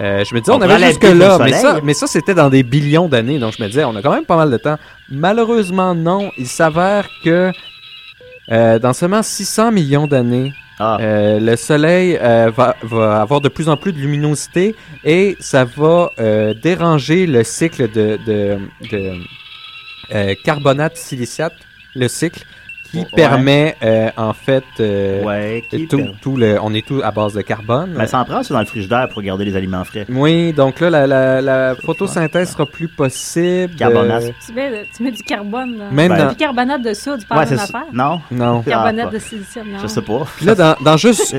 S3: Euh, je me disais,
S8: Hein? Ah. On
S3: on, avait
S8: pourrait aller
S3: jusque là,
S8: habiter le
S3: mais
S8: soleil.
S3: ça, mais ça c'était dans des billions d'années, donc je me disais, on a quand même pas mal de temps. Malheureusement, non. Il s'avère que euh, dans seulement 600 millions d'années,
S8: Ah.
S3: euh, le Soleil euh, va, va avoir de plus en plus de luminosité et ça va euh, déranger le cycle de, de- de, euh, carbonate siliciate, le cycle qui
S8: Ouais.
S3: permet euh, en fait euh,
S8: Ouais, qui
S3: tout,
S8: per-
S3: tout le, on est tout à base de carbone.
S8: Mais ça en prend, c'est dans le frigidaire pour garder les aliments frais.
S3: Oui, donc là, la, la- la photosynthèse sera plus possible.
S8: Carbonate.
S10: Tu
S3: Euh,
S8: Ben
S10: mets, tu mets du carbone. Là.
S3: Même dans-
S10: Du bicarbonate de soude, tu parles
S8: Ouais,
S10: d'une
S8: c'est ça.
S10: affaire.
S8: Non?
S3: Non.
S10: Bicarbonate
S8: Ah,
S10: de silicium, non.
S8: Je sais pas.
S3: Puis là, dans, dans juste.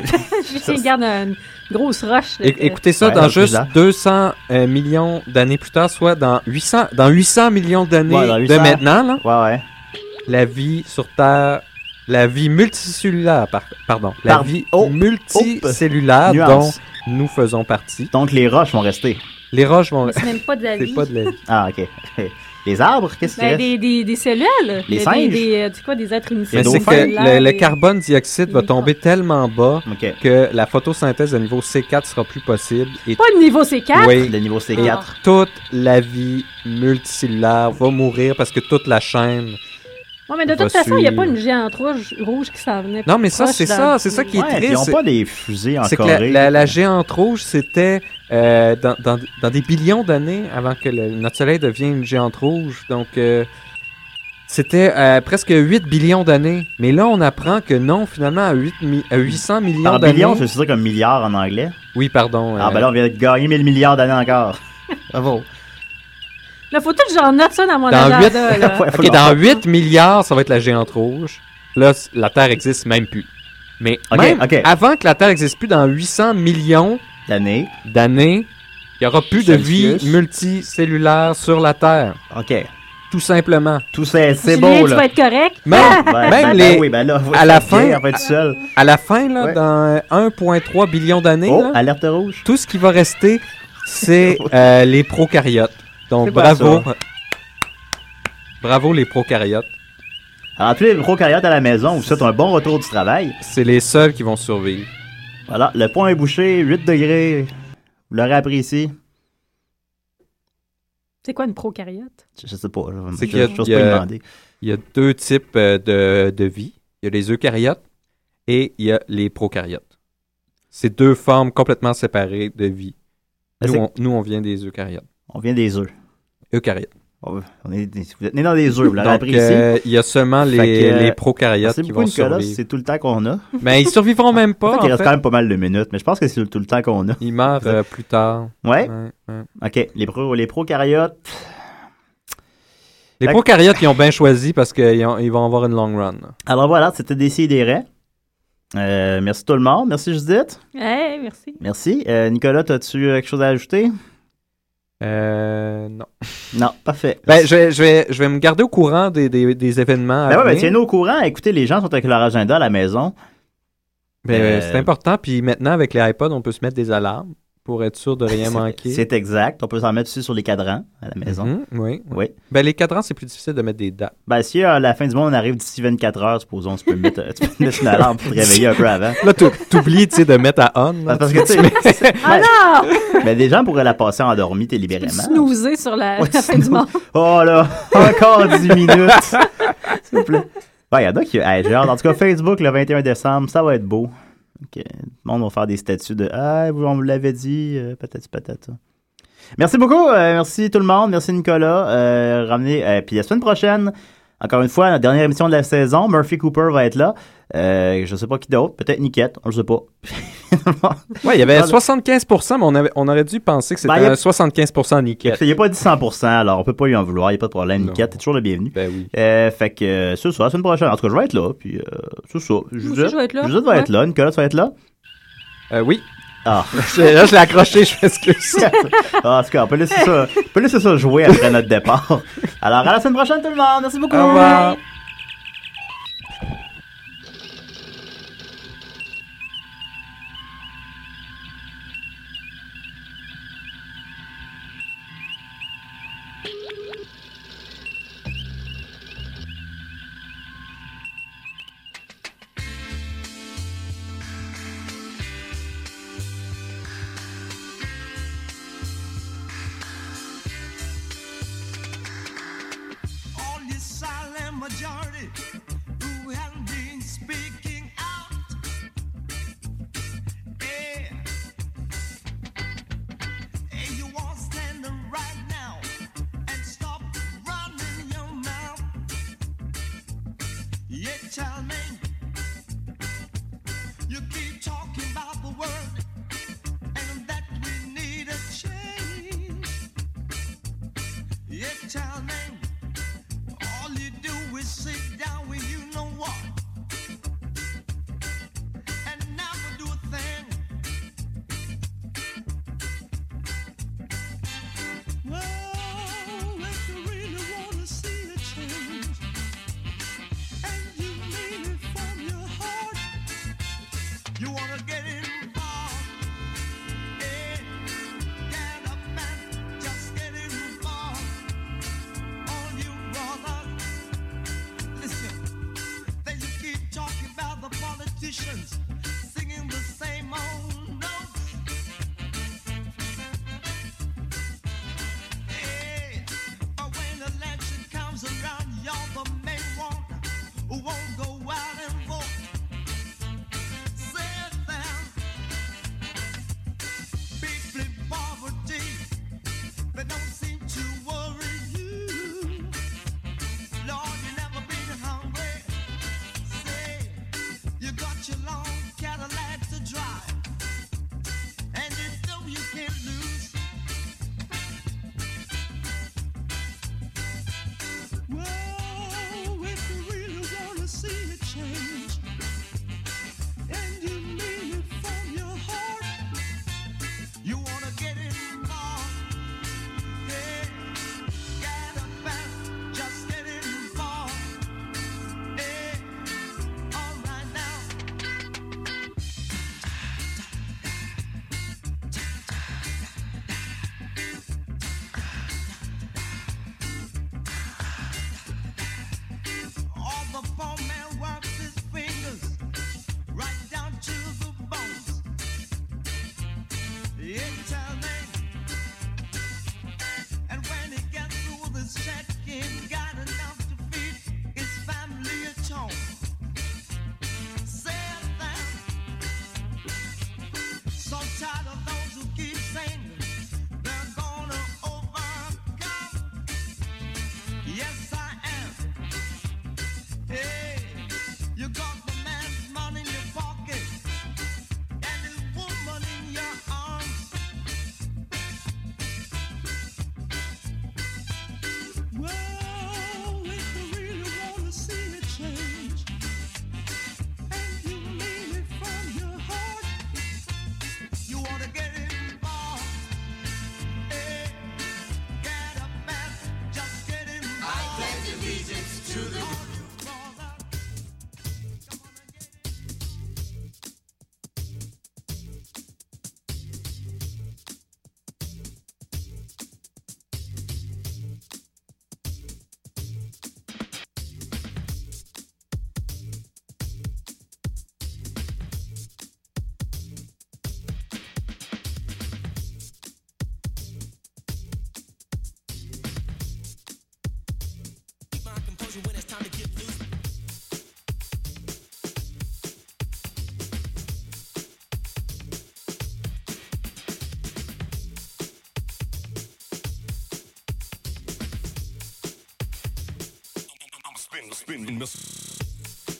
S10: Je tiens, regarde une grosse roche. là,
S3: é-
S10: que-
S3: écoutez ça,
S8: Ouais,
S3: dans
S8: dans
S3: juste
S8: le
S3: 200 euh, millions d'années plus tard, soit dans 800, dans 800 millions d'années
S8: Ouais, dans
S3: de
S8: 800.
S3: maintenant, là,
S8: Ouais, ouais.
S3: la vie sur Terre. La vie multicellulaire, par- pardon. La
S8: Par-
S3: vie
S8: oh,
S3: multicellulaire dont
S8: Nuance.
S3: nous faisons partie.
S8: Donc, les roches vont rester.
S3: Les roches vont.
S10: C'est même pas de la vie.
S3: C'est pas de la vie.
S8: Ah, ok. les arbres, qu'est-ce qui
S10: Ben,
S8: reste?
S10: des, des, des cellules. Des- des-
S8: singes.
S10: Des, euh, du quoi, des êtres
S3: Mais
S10: unicellulaires.
S3: c'est que
S10: des-
S3: le, le carbone dioxyde va tomber tellement bas
S8: Ok.
S3: que la photosynthèse à niveau C4 sera plus possible et
S10: Pas le niveau C4.
S3: Oui.
S8: Le niveau C4.
S10: Ah.
S3: Et toute la vie multicellulaire va mourir parce que toute la chaîne.
S10: Ouais, mais de
S3: va
S10: toute façon, il n'y a pas
S3: suivre.
S10: une géante rouge, rouge qui s'en venait.
S3: Non, mais ça,
S10: proche
S3: c'est
S10: dans-
S3: ça, c'est ça qui est
S8: Ouais, puis
S3: triste.
S8: ils ont pas des fusées en
S3: C'est que la,
S8: Corée.
S3: la- la géante rouge, c'était euh, dans, dans- dans des billions d'années avant que le- notre Soleil devienne une géante rouge. Donc, euh, c'était euh, presque 8 billions d'années. Mais là, on apprend que non, finalement, à, 8 mi- à 800 millions
S8: Par
S3: d'années...
S8: billion, c'est ça comme milliard en anglais.
S3: Oui, pardon.
S8: Ah,
S3: euh,
S8: ben là, on vient de gagner 1000 milliards d'années encore. Bravo.
S10: Là, faut tout que j'en note ça dans mon
S3: Dans
S10: agenda.
S3: 8...
S10: là.
S8: Ouais, faut
S3: Ok,
S8: le
S3: dans
S8: faire.
S3: 8 milliards, ça va être la géante rouge. Là, c- la Terre existe même plus. Mais
S8: Ok,
S3: même
S8: ok.
S3: avant que la Terre existe plus, dans 800 millions
S8: D'années.
S3: d'années, il n'y aura plus de vie
S8: Celsius.
S3: multicellulaire sur la Terre.
S8: Ok.
S3: Tout simplement.
S8: Tout ça, c'est
S10: Julien,
S8: beau,
S10: tu
S8: là.
S10: vas être correct.
S3: Même,
S8: Ben,
S3: même
S8: ben,
S3: les,
S8: oui, ben là,
S3: à la fin-
S8: on va être seul.
S3: à la fin, là,
S8: Ouais.
S3: dans 1,3 billion d'années,
S8: Oh,
S3: là,
S8: alerte rouge.
S3: tout ce qui va rester, c'est euh, les prokaryotes. Donc,
S8: C'est pas
S3: bravo. Bravo les prokaryotes.
S8: Alors, tous les prokaryotes à la maison, vous souhaitez un bon retour du travail.
S3: C'est les seuls qui vont survivre.
S8: Voilà, le point est bouché, 8 degrés. Vous l'aurez appris ici.
S10: C'est quoi une procaryote?
S8: Je, je sais pas. je-
S3: C'est
S8: je-
S3: qu'il y a-
S8: je- j'ose
S3: il y
S8: pas
S3: a-
S8: demander.
S3: Il y a deux types euh, de, de vie. Il y a les eucaryotes et il y a les prokaryotes. C'est deux formes complètement séparées de vie.
S8: Ben,
S3: Nous,
S8: c'est-
S3: on, nous, on vient des eucaryotes.
S8: On vient des œufs.
S3: Eucaryotes.
S8: On on est, des- vous êtes nés dans des œufs, vous l'aurez
S3: Donc,
S8: appris ici.
S3: euh, il y a seulement les,
S8: Fait que, euh,
S3: les prokaryotes
S8: Merci
S3: qui vont
S8: beaucoup, Nicolas.
S3: survivre.
S8: C'est tout le temps qu'on a.
S3: Mais ils survivront même
S8: En
S3: pas.
S8: fait, il
S3: en
S8: reste
S3: fait.
S8: quand même pas mal de minutes, mais je pense que c'est tout le temps qu'on a.
S3: Ils meurent euh, plus tard.
S8: Ouais.
S3: ouais.
S8: OK. Les, pro, les prokaryotes.
S3: Les
S8: Fait-
S3: prokaryotes, ils ont bien choisi parce qu'ils ont- ils vont avoir une long run. là.
S8: Alors voilà, c'était DC des raies. merci tout le monde. Merci Judith.
S10: Hey, merci.
S8: Merci. Euh, Nicolas, as-tu quelque chose à ajouter?
S3: Euh, non.
S8: Non, parfait.
S3: Ben, je, Ah vais, je, vais, je vais me garder au courant des, des, des événements. à
S8: Ben ouais, ben,
S3: venir.
S8: tiens-nous au courant. Écoutez, les gens sont avec leur agenda à la maison.
S3: Ben,
S8: Euh,
S3: C'est important. Puis maintenant, avec les iPods, on peut se mettre des alarmes pour être sûr de rien manquer.
S8: C'est exact. On peut s'en mettre aussi sur les cadrans à la maison.
S3: Mhm, oui.
S8: Oui.
S3: Ben, les cadrans, c'est plus difficile de mettre des dates.
S8: Ben, si euh, à la fin du monde, on arrive d'ici 24 heures, supposons, tu peux mettre, euh, tu peux mettre une alarme pour te réveiller un peu avant.
S3: Là, t'ou- t'oublies, tu sais, de mettre à on. là.
S8: Ben, parce que, tu sais,
S10: Ah non!
S8: ben, ben, des gens pourraient la passer endormie délibérément.
S10: Snoozer sur la,
S8: Ouais,
S10: la fin du
S8: snooze.
S10: monde.
S8: Oh là, encore 10 minutes. S'il vous plaît. Ouais, il y en a qui. hey, j'ai hâte. En tout cas, Facebook le 21 décembre, ça va être beau. Donc, euh, le monde va faire des statuts de Ah, vous- on vous l'avait dit, euh, patati patata. Merci beaucoup. euh, merci tout le monde. Merci Nicolas. Euh, ramenez. euh, puis la semaine prochaine, encore une fois, la dernière émission de la saison, Murphy Cooper va être là. Euh, je sais pas qui d'autre. Peut-être Niquette. On ne sait pas.
S3: Ouais, il y avait
S8: Voilà.
S3: 75%, mais on, avait- on aurait dû penser que c'était
S8: Ben, il y a-
S3: un 75% nickel.
S8: Il n'a pas dit 100%, alors on peut pas lui en vouloir, il n'y a pas de problème. Niquette, t'es toujours le bienvenu.
S3: Ben
S8: Euh, fait que euh, c'est ça, la semaine prochaine. En tout cas, je vais être là, puis euh, c'est ça. Judith,
S10: je vais être là,
S8: Judith va
S10: ouais.
S8: être là, Nicolas, tu vas être là?
S3: Euh, oui.
S8: Ah.
S3: Là, je l'ai accroché, je m'excuse.
S8: ah, en tout cas, on peut laisser ça, on peut laisser ça jouer après notre départ. Alors, à la semaine prochaine, tout le monde. Merci beaucoup.
S9: Au revoir.
S16: all the silent majority who have been speaking out. Yeah. Hey, you all standing right now and stop running your mouth. Yeah, tell me. You keep talking about the world and that we need a change. Yeah, tell me. All you do is sit down when you know what and never do a thing. Well, if you really want to see a change and you mean it from your heart, you want to get involved. Yeah, get up and just get involved. All you brothers, listen
S17: handle spinning missile.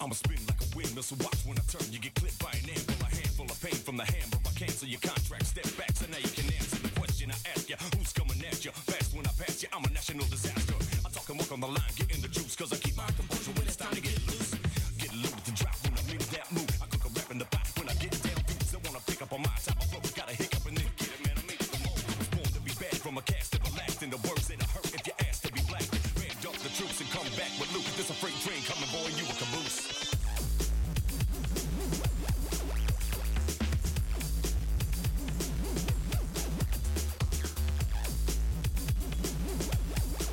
S17: I'ma spin like a windmill, so watch when I turn. You get clipped by an anvil, a handful of pain from the hammer. I cancel your contract, step back, so now you can answer the question I ask you. Who's coming at you? Fast when I pass you, I'm a national disaster. I talk and walk on the line, get in the juice, cause I keep my composure when it's time to get loose. Get loose and drop when I make that move. I cook a rap in the pot when I get down roots. I wanna pick up on my type of flow, got a hiccup and then get it, man. I make the most. Born to be bad from a cast that relaxed in the words that I heard.